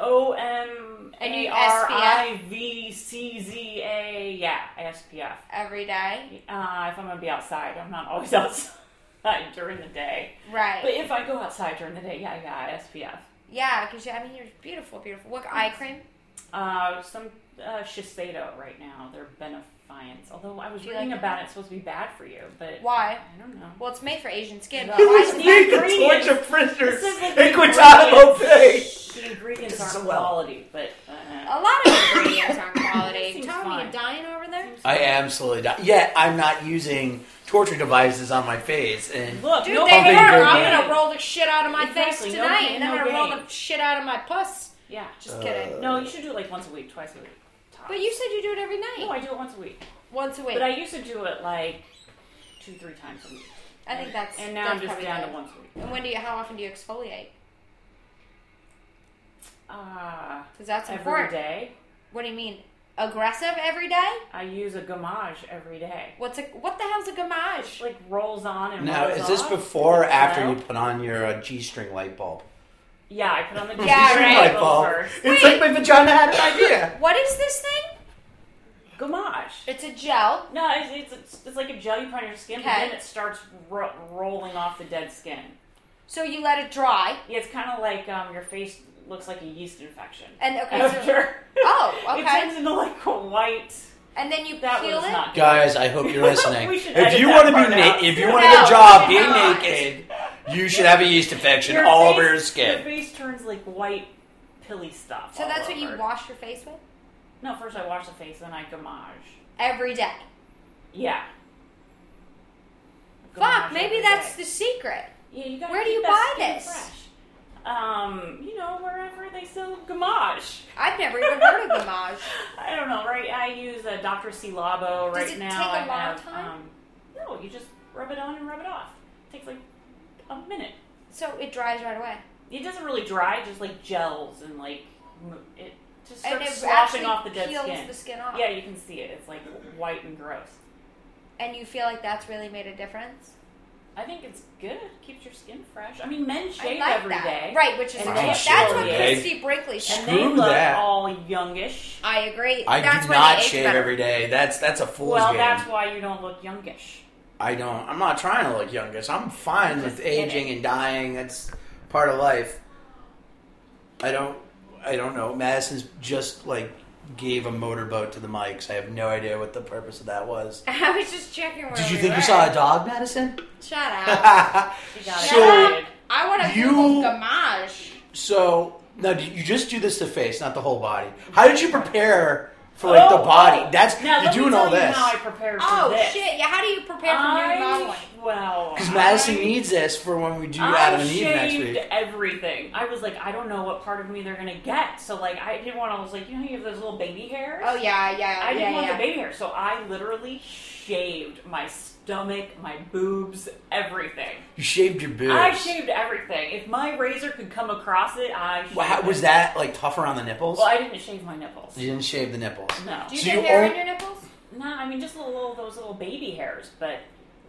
S3: O M
S1: And
S3: A
S1: you
S3: R I V C Z A. Yeah, SPF.
S1: every day,
S3: Uh, if I'm gonna be outside, I'm not always outside during the day. But
S1: right?
S3: if I go outside during the day, yeah, yeah, SPF.
S1: Yeah, because I mean you're beautiful, beautiful. What eye cream?
S3: Uh, some uh, Shiseido right now. They're benefiance. Although I was
S1: Do you
S3: reading
S1: like it?
S3: about it, it's supposed to be bad for you, but
S1: Why?
S3: I don't know.
S1: Well, it's made for Asian skin. But
S3: It
S1: why
S3: was
S1: is it-
S3: made-
S2: Make the
S3: ingredients.
S2: torture prisoners
S3: This is the
S2: in Guantanamo
S3: ingredients.
S2: Bay.
S3: The ingredients
S2: Does
S3: aren't
S2: well.
S3: quality, but
S1: a
S3: uh,
S1: lot of ingredients aren't quality.
S3: Seems
S1: Tommy, you
S3: fine.
S1: dying over there?
S2: I am slowly dying. Yet I'm not using torture devices on my face. And
S3: look,
S1: Dude,
S3: nobody
S1: they
S2: Pumping
S1: are.
S2: good
S1: I'm
S2: man.
S1: gonna roll the shit out of my
S3: Exactly,
S1: face
S3: no
S1: tonight, and
S3: pain,
S1: then
S3: no
S1: I'm gonna roll
S3: gain.
S1: the shit out of my puss.
S3: Yeah,
S1: Just kidding.
S3: no, you should do it like once a week, twice a week. tops.
S1: But you said you do it every
S3: no,
S1: night,
S3: I do it once a week.
S1: once a week.
S3: But I used to do it like two, three times a week,
S1: I think that's
S3: and now
S1: that's
S3: I'm just
S1: probably
S3: down
S1: good.
S3: to once a week.
S1: And when do you? How often do you exfoliate?
S3: Uh,
S1: Because that's
S3: every
S1: important.
S3: day,
S1: What do you mean? Aggressive every day?
S3: I use a gommage every day.
S1: What's a what the hell's a
S3: It,
S1: gommage?
S3: like rolls on and
S2: now,
S3: rolls
S2: is this
S3: off.
S2: before or after
S3: No.
S2: you put on your uh, G-string light bulb?
S3: Yeah, I put on the
S1: Yeah,
S3: G-string
S1: right.
S2: Light
S3: label
S2: bulb.
S3: first.
S2: It's
S1: Wait.
S2: like my vagina had an idea.
S1: What is this thing?
S3: Gommage.
S1: It's a gel.
S3: No, it's, it's, it's like a gel you put on your skin, but
S1: Okay.
S3: then it starts ro- rolling off the dead skin.
S1: So you let it dry,
S3: Yeah, it's kind of like um, your face looks like a yeast infection.
S1: and okay, so,
S3: After
S1: Oh,
S3: it
S1: okay.
S3: turns into like a white.
S1: and then you
S3: That
S1: peel
S3: was
S1: it.
S3: not good.
S2: Guys, I hope you're listening.
S3: We should
S2: if
S3: edit
S2: you
S3: that
S2: want to
S3: part
S2: be na-
S3: out.
S2: if you
S1: No,
S2: want to get a job, be
S1: no.
S2: naked. You should have a yeast infection
S3: Your
S2: all
S3: face-
S2: over your
S3: Your
S2: skin.
S3: face turns like white, pilly stuff.
S1: So
S3: all
S1: that's what you
S3: over.
S1: wash your face with
S3: No, first I wash the face, then I gamage.
S1: every day.
S3: Yeah.
S1: Fuck,
S3: Gamage
S1: maybe
S3: every
S1: that's
S3: day.
S1: the secret.
S3: Yeah, you gotta
S1: Where do
S3: keep
S1: you
S3: that
S1: buy
S3: skin
S1: this?
S3: Fresh. Um, you know, wherever they sell gamage.
S1: I've never even heard of Gamage.
S3: I don't know, right? I use a Dr. C. Labo
S1: Does
S3: right
S1: it
S3: now.
S1: take a
S3: I
S1: long
S3: have,
S1: time?
S3: Um, no, you just rub it on and rub it off. It takes like a minute.
S1: So it dries right away.
S3: It doesn't really dry; it just like gels and like mo- it just
S1: And
S3: starts
S1: it
S3: sloshing
S1: actually
S3: off the dead
S1: peels
S3: skin.
S1: the skin off.
S3: Yeah, you can see it. It's like white and gross.
S1: And you feel like that's really made a difference?
S3: I think it's good. Keeps your skin fresh. I mean, men
S1: I
S3: shave every day,
S1: like that. Right, which is
S3: And
S1: great.
S2: they
S1: That's
S2: shave.
S1: what
S2: They-
S1: Christy Brinkley
S3: and
S1: said.
S3: they
S2: Screw
S3: look
S2: that.
S3: all youngish.
S1: I agree.
S2: I
S1: that's
S2: do
S1: why
S2: not
S1: they age
S2: shave
S1: better.
S2: every day. That's that's a fool's
S3: Well,
S2: game.
S3: that's why you don't look youngish.
S2: I don't. I'm not trying to look youngest. I'm fine
S3: Just
S2: with
S3: get it.
S2: aging and dying. That's part of life. I don't. I don't know. Madison's just like gave a motorboat to the mics. I have no idea what the purpose of that was.
S1: I was just checking where
S2: Did you
S1: we
S2: think
S1: were.
S2: you saw a dog, Madison?
S1: Shut up.
S3: Oh, You got it.
S2: So-
S3: Shut up.
S1: I want to
S2: You-
S1: Google Gamage.
S2: so now, did you just do this to face, not the whole body? How did you prepare for like
S3: Oh,
S2: the body?
S3: oh.
S2: That's
S3: now,
S2: you're
S3: let me
S2: doing
S3: tell
S2: all
S3: you
S2: this.
S3: How I prepared for
S1: Oh,
S3: this.
S1: shit. Yeah, how do you prepare for
S3: I,
S1: nude modeling?
S3: Well,
S2: Because Madison
S3: I-
S2: needs this for when we do Adam
S3: I
S2: and Eve next
S3: shaved
S2: week.
S3: everything. I was like, I don't know what part of me they're gonna get. So like, I didn't want. to. I was like, you know, you have those little baby hairs.
S1: Oh, yeah, yeah,
S3: I didn't
S1: yeah,
S3: want
S1: yeah.
S3: the baby hair, so I literally shaved my stomach, my boobs, everything.
S2: You shaved your boobs.
S3: I shaved everything. If my razor could come across it, I shaved
S2: Well, how- was
S3: it.
S2: that like tough around the nipples?
S3: Well, I didn't shave my nipples.
S2: You didn't shave the nipples.
S3: No,
S1: Do you
S2: So
S1: get
S2: you
S1: hair in
S2: all-
S1: your nipples?
S3: no. I mean, just little, little those little baby hairs, but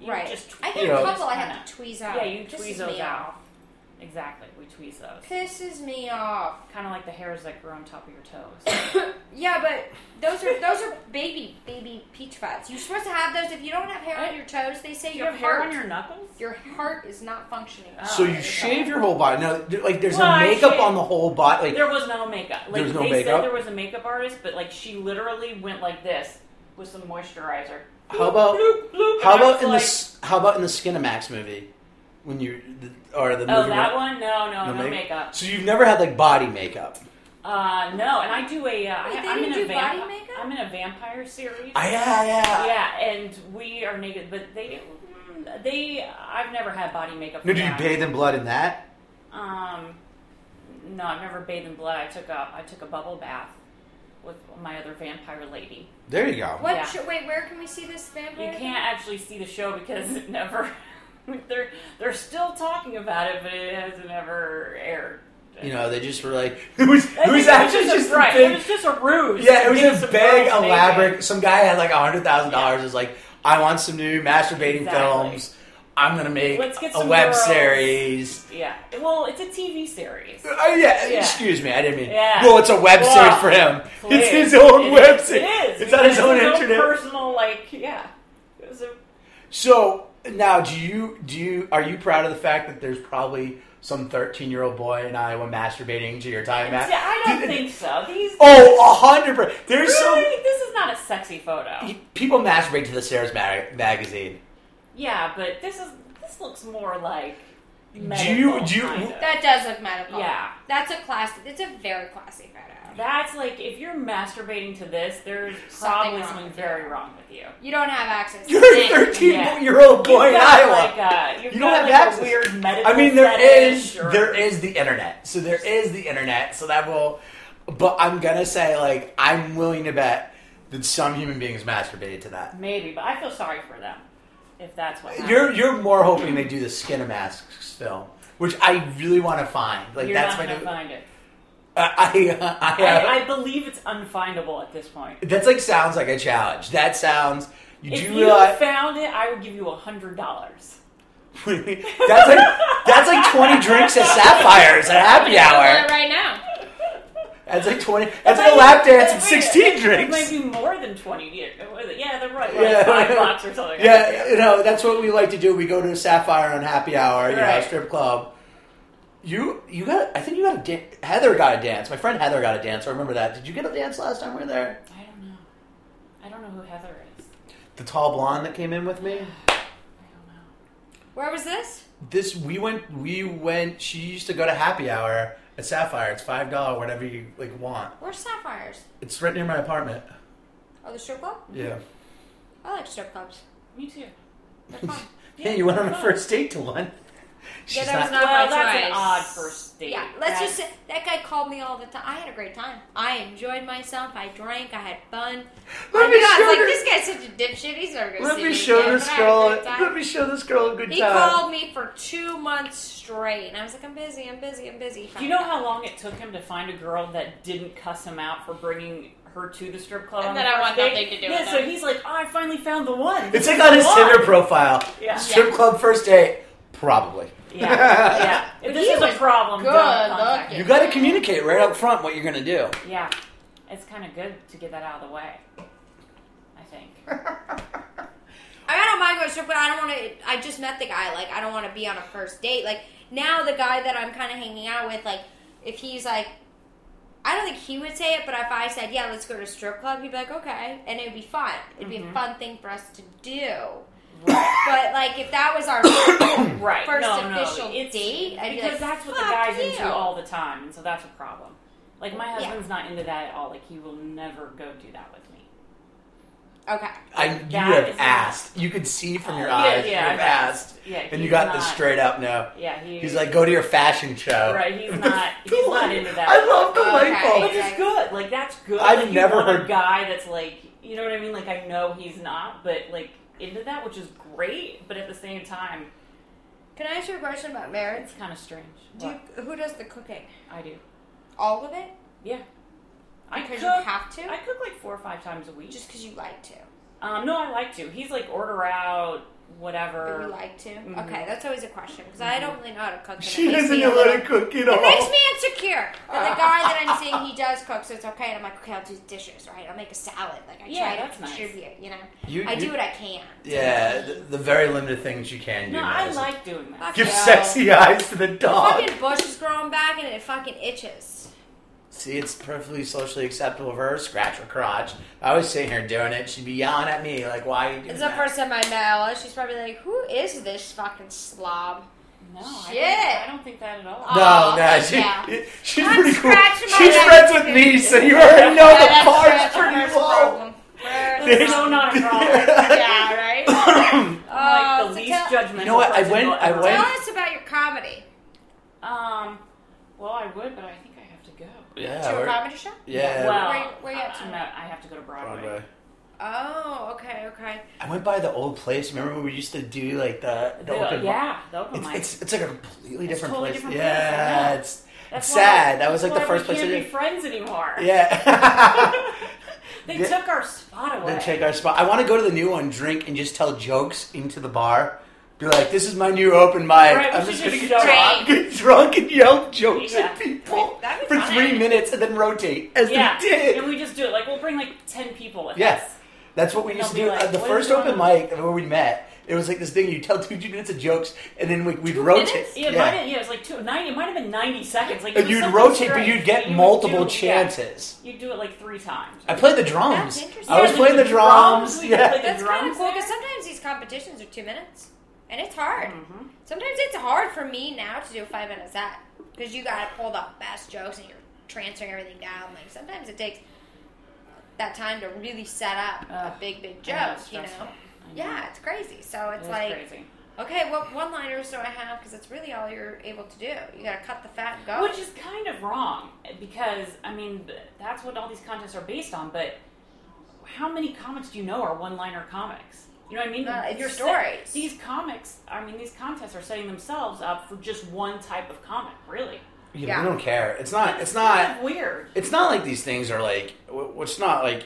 S3: you
S1: Right.
S3: Just
S1: I
S2: think
S1: get
S2: You know.
S1: a couple I have
S3: Kinda.
S1: to tweeze out.
S3: yeah, you tweeze
S1: Pisses
S3: those
S1: me
S3: out. Exactly, we tweeze those.
S1: Pisses me off.
S3: Kind of like the hairs that grow on top of your toes.
S1: Yeah, but those are those are baby baby peach fuzz. You're supposed to have those. If you don't have hair on your toes, they say
S3: Do you
S1: your
S3: have hair
S1: heart,
S3: on your knuckles?
S1: your heart is not functioning.
S3: Oh.
S2: So you
S3: it's
S2: shave
S3: not-
S2: your whole body. No, th- like there's
S3: Well,
S2: no
S3: I
S2: makeup
S3: shaved-
S2: on the whole body. Like
S3: There was no makeup. Like
S2: There was no
S3: they
S2: makeup?
S3: said there was a makeup artist, but like she literally went like this with some moisturizer.
S2: how about
S3: Bloop, bloop, and
S2: how
S3: I
S2: about
S3: was
S2: in the
S3: like,
S2: s- how about in the Skinamax movie when you th- or the
S3: Oh,
S2: movie
S3: that
S2: where-
S3: one? No, no,
S2: no
S3: no,
S2: make-
S3: makeup.
S2: So you've never had like body makeup.
S3: Uh, no, and I do a. Uh,
S1: Wait,
S3: I,
S1: they
S3: am in
S1: didn't
S3: a
S1: do
S3: vamp-
S1: body makeup?
S3: I'm in a vampire series.
S2: Ah, yeah, yeah.
S3: yeah, and we are naked, but they, mm, they. I've never had body makeup.
S2: No,
S3: for
S2: do you
S3: that.
S2: bathe in blood in that?
S3: Um, no, I've never bathed in blood. I took a I took a bubble bath with my other vampire lady.
S2: There you go.
S1: What?
S3: Yeah.
S1: Sh- wait, where can we see this vampire?
S3: You
S1: thing?
S3: can't actually see the show because it never. they're they're still talking about it, but it hasn't ever aired.
S2: You know, they just were like, it was,
S3: I
S2: it was
S3: think it
S2: actually
S3: just,
S2: just
S3: a, right.
S2: a big
S3: It was just a ruse.
S2: Yeah, it
S3: to get
S2: was a
S3: some
S2: big,
S3: girls naked.
S2: elaborate. Some guy had like a hundred thousand dollars. Is like, I want some new masturbating
S3: Exactly.
S2: films. I'm gonna make
S3: Let's get
S2: a
S3: some
S2: web
S3: girls."
S2: series.
S3: Yeah. Well, it's a TV series.
S2: Oh yeah,
S3: Yeah.
S2: excuse me, I didn't mean.
S3: Yeah.
S2: Well, it's a web
S3: Wow.
S2: series for him. It's his own
S3: It
S2: web
S3: is,
S2: series.
S3: It is.
S2: It's on his
S3: It's
S2: own internet.
S3: personal, like, yeah. It was a,
S2: so now, do you do you are you proud of the fact that there's probably some thirteen year old boy in Iowa masturbating to your time? at-
S3: Yeah, I don't
S2: Did-
S3: think so. These.
S2: Oh, a hundred percent. There's
S3: really? This is not a sexy photo.
S2: some people masturbate to the Sarah's mag- magazine.
S3: Yeah, but this is this looks more like.
S2: Do you-
S3: medical,
S2: do you-
S3: kind of.
S1: That does look medical.
S3: Yeah.
S1: That's a classic. It's a very classy photo.
S3: That's like if you're masturbating to this, there's
S1: Something
S3: probably
S1: wrong
S3: something
S1: with
S3: very
S1: you.
S3: wrong with you.
S1: You don't have access. to
S2: You're a
S1: this.
S2: 13
S3: Yeah.
S2: year old boy in
S3: You've got,
S2: Iowa.
S3: Like a, you've
S2: You don't have
S3: got like
S2: access.
S3: A weird medical
S2: I mean, there is
S3: fetish or-
S2: there is the internet. So there is the internet. So that will. But I'm gonna say like I'm willing to bet that some human beings masturbated to that.
S3: maybe, but I feel sorry for them if that's what. happened.
S2: You're you're more hoping they do the skin masks film, which I really want to find. Like
S3: You're
S2: that's
S3: not
S2: my
S3: gonna
S2: new.
S3: find it.
S2: I, I, I, have-
S3: I, I believe it's unfindable at this point.
S2: that's like sounds like a challenge. That sounds. You
S3: If
S2: do
S3: you
S2: realize
S3: found it, I would give you a hundred dollars.
S2: that's like that's like twenty drinks at Sapphires at
S1: I'm
S2: happy
S1: gonna
S2: hour.
S1: Google it right now.
S2: That's like twenty. That's like a lap dance and sixteen
S3: It might
S2: drinks.
S3: be more than twenty. Yeah, what is it? Yeah, they're right. Like
S2: Yeah.
S3: five bucks or something.
S2: Yeah, you know that's what we like to do. We go to Sapphire on happy hour, you know,
S3: Right.
S2: strip club. You you got? I think you got a dan- Heather got a dance. My friend Heather got a dance. I remember that. Did you get a dance last time we were there?
S3: I don't know. I don't know who Heather is.
S2: The tall blonde that came in with me.
S3: I don't know.
S1: Where was this?
S2: This we went we went. She used to go to happy hour at Sapphire. It's five dollar whatever you like want.
S1: Where's Sapphires?
S2: It's right near my apartment.
S1: Oh, the strip club?
S2: Yeah.
S1: I like strip clubs.
S3: Me too.
S1: They're fun.
S2: Yeah, you went on a first date to one. She's
S1: that was
S2: not-
S1: not
S3: well,
S1: my
S3: that's an
S1: choice.
S3: odd first date.
S1: yeah, let's just say that
S3: That's-
S1: guy called me all the time. I had a great time. I enjoyed myself. I drank. I had fun.
S2: Let
S1: oh
S2: me
S1: my god,
S2: show
S1: like
S2: her-
S1: this guy's such a dipshit. He's never gonna
S2: Let
S1: see
S2: me
S1: me
S2: show
S1: again,
S2: this
S1: but I had a
S2: girl.
S1: great time.
S2: Let me show this girl a good
S1: He
S2: time.
S1: called me for two months straight, and I was like, "I'm busy. I'm busy. I'm busy."
S3: Do you know how long it took him to find a girl that didn't cuss him out for bringing her to the strip club?
S1: And
S3: on
S1: then
S3: the
S1: I
S3: first
S1: want
S3: date?
S1: nothing to do
S3: Yeah,
S1: with
S3: so
S1: them.
S3: he's like, oh, I finally found the one.
S2: It's
S3: This
S2: like
S3: is
S2: on
S3: the
S2: his
S3: one."
S2: Tinder profile.
S3: Yeah.
S2: Strip club first date, probably.
S3: Yeah, yeah. If this
S1: He
S3: is a
S1: was
S3: problem,
S1: good
S3: don't contact
S1: looking.
S2: You got to communicate right up front what you're gonna do.
S3: him. Yeah, it's kind of good to get that out of the way. I think.
S1: I mean, I don't mind going to strip, but I don't want to. I just met the guy. Like, I don't want to be on a first date. Like now, the guy that I'm kind of hanging out with, like, if he's like, I don't think he would say it, but if I said, "Yeah, let's go to a strip club," he'd be like, "Okay," and it'd be fun. It'd be a
S3: Mhm.
S1: fun thing for us to do.
S3: Right.
S1: But like, if that was our
S3: right.
S1: First
S3: no, no,
S1: official
S3: it's-
S1: date, I'd be
S3: because
S1: like,
S3: that's what the
S1: "Fuck
S3: guys into
S1: you."
S3: all the time, and so that's a problem. Like my
S1: Yeah.
S3: husband's not into that at all. Like he will never go do that with me.
S1: okay,
S2: I, you
S3: That
S2: have
S3: is not-
S2: asked. You could see from your
S3: Yeah,
S2: eyes.
S3: yeah,
S2: you have
S3: I've
S2: asked,
S3: Yeah,
S2: and you
S3: he's
S2: got the
S3: not-
S2: straight up no.
S3: Yeah, he,
S2: He's like, go to your fashion show.
S3: Right, he's not- he's not into that.
S2: I love the
S1: Okay.
S3: Which
S2: lipo.
S3: is good. Like that's good.
S2: I've
S3: Like, you
S2: never
S3: want a
S2: heard-
S3: guy that's like, you know what I mean? Like I know he's not, but like into that, which is great. But at the same time,
S1: can I ask you a question about marriage?
S3: it's kind of strange.
S1: Do
S3: What?
S1: you, who does the cooking?
S3: I do.
S1: All of it?
S3: Yeah, I
S1: Because
S3: cook.
S1: you have to?
S3: I cook like four or five times a week.
S1: Just because you like to.
S3: Um, no, I like to. He's like order out
S1: But you
S3: whatever.
S1: like to?
S3: Mhm.
S1: Okay, that's always a question because
S3: Mm-hmm.
S1: I don't really know how to cook. and it
S2: She
S1: makes
S2: doesn't
S1: me a
S2: know how to
S1: little-
S2: cook at
S1: It makes
S2: all.
S1: me insecure. But the guy that I'm seeing, he does cook, so it's okay. And I'm like, okay, I'll do the dishes, right? I'll make a salad. Like, I try
S3: Yeah,
S1: to
S3: that's nice.
S1: contribute, you know?
S2: You-
S1: I
S2: you-
S1: do what I can.
S2: Yeah, the, the very limited things you can do.
S3: no, I
S2: Madison.
S3: like doing that.
S1: Fuck
S2: Give
S1: no.
S2: sexy eyes to the dog.
S1: Fucking bush is growing back and it fucking itches.
S2: See, it's perfectly socially acceptable for her to scratch her crotch. I was sitting here doing it. She'd be yelling at me like, "Why are you doing
S1: It's the
S2: that?"
S1: first time I met Ella. She's probably like, who is this fucking slob?
S3: No, I,
S1: Shit.
S3: don't, I don't think that at all.
S1: Uh,
S2: no,
S1: Aw,
S2: no,
S1: thank
S2: she,
S1: you.
S2: she's
S1: I'm
S2: pretty cool.
S1: scratching my
S2: She's
S1: back.
S2: friends with me, so you already know
S1: Yeah,
S2: the
S1: that's-
S2: bar's
S1: that's the
S2: pretty
S1: first
S2: low.
S1: problem. Where's the
S2: There's-
S3: so
S1: problem?
S3: not a problem.
S1: yeah, right?
S3: I'm
S1: Oh,
S3: like the
S1: so
S3: least
S1: tell-
S3: judgmental.
S2: You know what? I
S3: person
S2: went-
S3: you'll
S2: I
S3: ever
S2: went-
S1: Tell us about your comedy.
S3: Um, well, I would, but I think I have to go.
S2: Yeah,
S1: To a
S2: we're-
S1: comedy show?
S2: yeah.
S3: Well,
S1: Where you- where you at
S3: I- I'm
S1: tonight?
S3: not- I have to go to Broadway.
S2: Broadway.
S1: Oh, okay, okay.
S2: I went by the old place. Remember when we used to do like the, the,
S3: The-
S2: open bar?
S3: yeah, the open
S2: It's,
S3: mic.
S2: it's, it's like a completely
S3: It's
S2: different
S3: totally
S2: place.
S3: different place,
S2: yeah,
S3: I know.
S2: it's,
S3: That's
S2: it's
S3: why-
S2: sad. That was
S3: that's
S2: like the
S3: why
S2: first
S3: we
S2: place I
S3: can't be
S2: did.
S3: friends anymore.
S2: Yeah.
S3: they
S2: Yeah.
S3: took our spot away.
S2: Then take our spot. I want to go to the new one, drink, and just tell jokes into the bar. Be like, this is my new open mic.
S3: Right, we
S2: I'm
S3: should
S2: just going to
S3: just
S2: get
S3: show
S2: drunk,
S1: up.
S2: get drunk and yell jokes
S3: Yeah.
S2: at people
S1: That'd be
S2: for
S1: funny.
S2: three minutes and then rotate, as
S3: yeah,
S2: we did.
S3: and we just do it. Like we'll bring like ten people with
S2: Yeah.
S3: us.
S2: That's what we used to
S3: They'll
S2: do.
S3: be like,
S2: Uh, the
S3: "What
S2: first
S3: is going
S2: open
S3: on?"
S2: mic where we met, it was like this thing you tell two two minutes of jokes, and then we, we'd rotate.
S3: Minutes? Yeah, it might have, yeah, it was like two, nine. It might have been ninety seconds. Like it
S2: And
S3: was
S2: you'd
S3: something
S2: rotate, but
S3: strange.
S2: you'd get
S3: You would
S2: multiple
S3: do-
S2: chances.
S3: Yeah, you'd do it like three times.
S2: I played the drums.
S1: That's interesting.
S2: I was
S1: Yeah,
S2: playing the, drums.
S3: we
S2: yeah.
S3: played the
S1: That's kind of
S3: drums
S1: cool because
S3: there.
S1: sometimes these competitions are two minutes, and it's hard.
S3: Mhm.
S1: Sometimes it's hard for me now to do a five minute set because you got to pull the best jokes and you're transferring everything down. Like sometimes it takes that time to really set up a
S3: Ugh,
S1: big, big
S3: I know,
S1: joke.
S3: it's
S1: You know?
S3: stressful. I know.
S1: Yeah, it's crazy. So
S3: It
S1: it's
S3: is
S1: like,
S3: crazy.
S1: okay, what one liners do I have? Because it's really all you're able to do. You got to cut the fat and go.
S3: Which is kind of wrong because I mean th- that's what all these contests are based on. But how many comics do you know are one-liner comics? You know what I mean?
S1: Well, it's
S3: You're
S1: stories.
S3: these comics, I mean, these contests are setting themselves up for just one type of comic, really.
S2: Yeah,
S1: Yeah.
S2: We don't care. It's not. It's
S3: Kind
S2: not.
S3: of weird.
S2: It's not like these things are like. w- It's not like.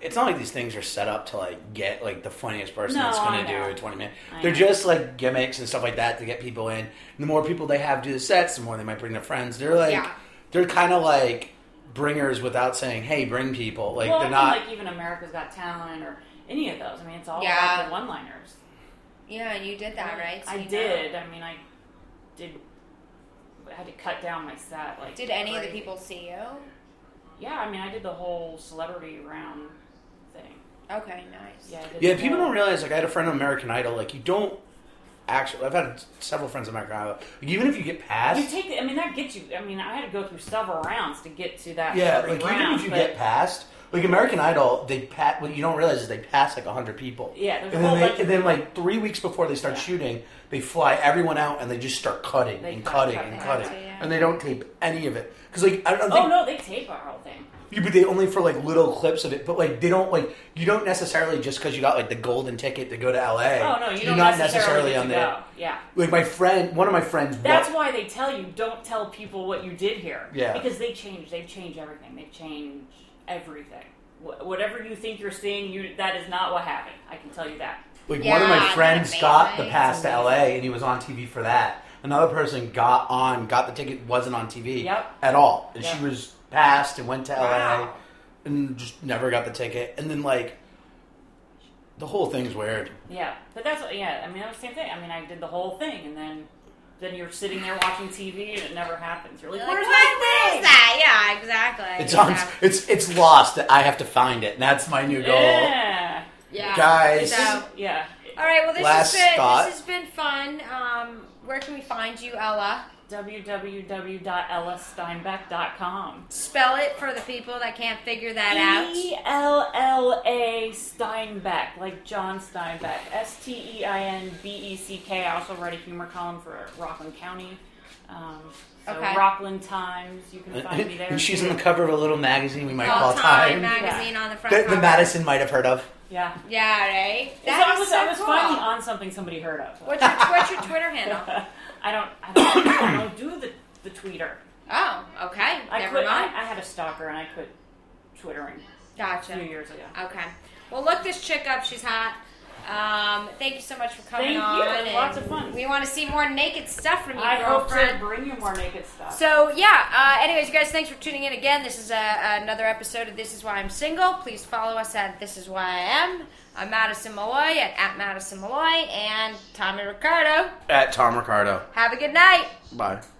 S2: It's not like these things are set up to like get like the funniest person
S3: No,
S2: that's going
S3: I
S2: to do
S3: know.
S2: a twenty minute.
S3: I
S2: They're
S3: know.
S2: just like gimmicks and stuff like that to get people in. And the more people they have do the sets, the more they might bring their friends. They're like,
S1: Yeah.
S2: they're kind of like bringers without saying, "Hey, bring people." Like
S3: well, I
S2: they're
S3: mean,
S2: not.
S3: like even America's Got Talent or any of those. I mean, it's all
S1: Yeah.
S3: about the one-liners.
S1: yeah, and you did that right. so
S3: I
S1: you know.
S3: did. I mean, I did. I had to cut down my set. Like,
S1: Did any of the
S3: crazy.
S1: people see you?
S3: Yeah, I mean, I did the whole celebrity round thing.
S1: Okay, nice.
S3: Yeah, I did
S2: yeah,
S3: the
S2: people
S3: whole-
S2: don't realize. Like I had a friend on American Idol. Like you don't. actually, I've had several friends in my crowd. Even if you get past,
S3: You take, the- I mean, that gets you. I mean, I had to go through several rounds to get to that.
S2: yeah,
S3: thirty
S2: like even
S3: rounds,
S2: if you
S3: but-
S2: get past, like American Idol, they pat. What you don't realize is they pass like hundred people.
S3: Yeah, there's
S2: and
S3: a
S2: then
S3: whole
S2: they,
S3: bunch
S2: and
S3: of
S2: then like three weeks before they start
S3: Yeah.
S2: shooting, they fly everyone out and they just start cutting
S3: They
S2: and
S3: cut,
S2: cutting
S3: cut,
S2: and
S3: cut,
S2: cutting,
S1: cut, yeah.
S2: and they don't tape any of it because like I don't think
S3: oh no, they tape our whole thing.
S2: Yeah, but they only for like little clips of it. But like they don't like you don't necessarily just because you got like the golden ticket to go to LA.
S3: Oh no, you
S2: you're
S3: don't
S2: not
S3: necessarily,
S2: necessarily on
S3: get to
S2: there.
S3: go. Yeah.
S2: Like my friend, one of my friends.
S3: That's
S2: wa-
S3: why they tell you don't tell people what you did here.
S2: Yeah.
S3: Because they change. They change everything. They change everything. Wh- Whatever you think you're seeing, you that is not what happened. I can tell you that.
S2: like
S1: Yeah,
S2: one of my
S1: isn't
S2: friends
S1: that
S2: got the
S1: amazing?
S2: pass to LA and he was on TV for that. Another person got on, got the ticket, wasn't on TV
S3: Yep.
S2: at all, and
S3: Yep.
S2: she was passed and went to LA
S3: Wow.
S2: and just never got the ticket. And then like the whole thing's weird.
S3: Yeah. But that's what. Yeah. I mean, that was the same thing. I mean, I did the whole thing, and then then you're sitting there watching TV, and it never happens. You're like,
S1: Like,
S3: where's
S1: what?
S3: my
S1: Where
S3: thing?
S1: is that? Yeah, exactly.
S2: It's on.
S1: Yeah.
S2: It's it's lost. I have to find it. And that's my new goal.
S3: Yeah.
S1: Yeah.
S2: Guys.
S1: So,
S3: Yeah.
S1: all right. Well, this
S2: Last
S1: has been
S2: thought.
S1: this has been fun. Um, where can we find you, Ella?
S3: www.ellasteinbeck.com.
S1: Spell it for the people that can't figure that out.
S3: E L L A Steinbeck, like John Steinbeck. S T E I N B E C K. I also write a humor column for Rockland County. Um, so
S1: Okay.
S3: Rockland Times, you can find me there.
S2: Uh, and she's
S3: too.
S2: on the cover of a little magazine we might
S1: All
S2: call
S1: Time
S2: Time.
S1: magazine on the front.
S2: That the
S1: cover.
S2: Madison might have heard of.
S3: Yeah.
S1: Yeah, right.
S3: So
S1: That
S3: I
S1: is
S3: was,
S1: so
S3: I was
S1: cool.
S3: finally on something somebody heard of.
S1: What's your, what's your Twitter handle?
S3: I don't, I don't, I don't do the, the tweeter.
S1: Oh, okay.
S3: I
S1: Never
S3: quit, I,
S1: mind.
S3: I had a stalker and I quit twittering a few
S1: Gotcha.
S3: years ago.
S1: Okay. Well, look this chick up. She's hot. Um, thank you so much for coming
S3: Thank you.
S1: on.
S3: It was
S1: and
S3: lots of fun.
S1: We want to see more naked stuff from you,
S3: I hope
S1: girlfriend.
S3: to bring you more naked stuff.
S1: So yeah. Uh, anyways, you guys, thanks for tuning in again. This is uh another episode of This Is Why I'm Single. Please follow us at This Is Why I Am. I'm Madison Malloy at, at Madison Malloy and Tommy Ricardo.
S2: At Tom Ricardo.
S1: Have a good night.
S2: Bye.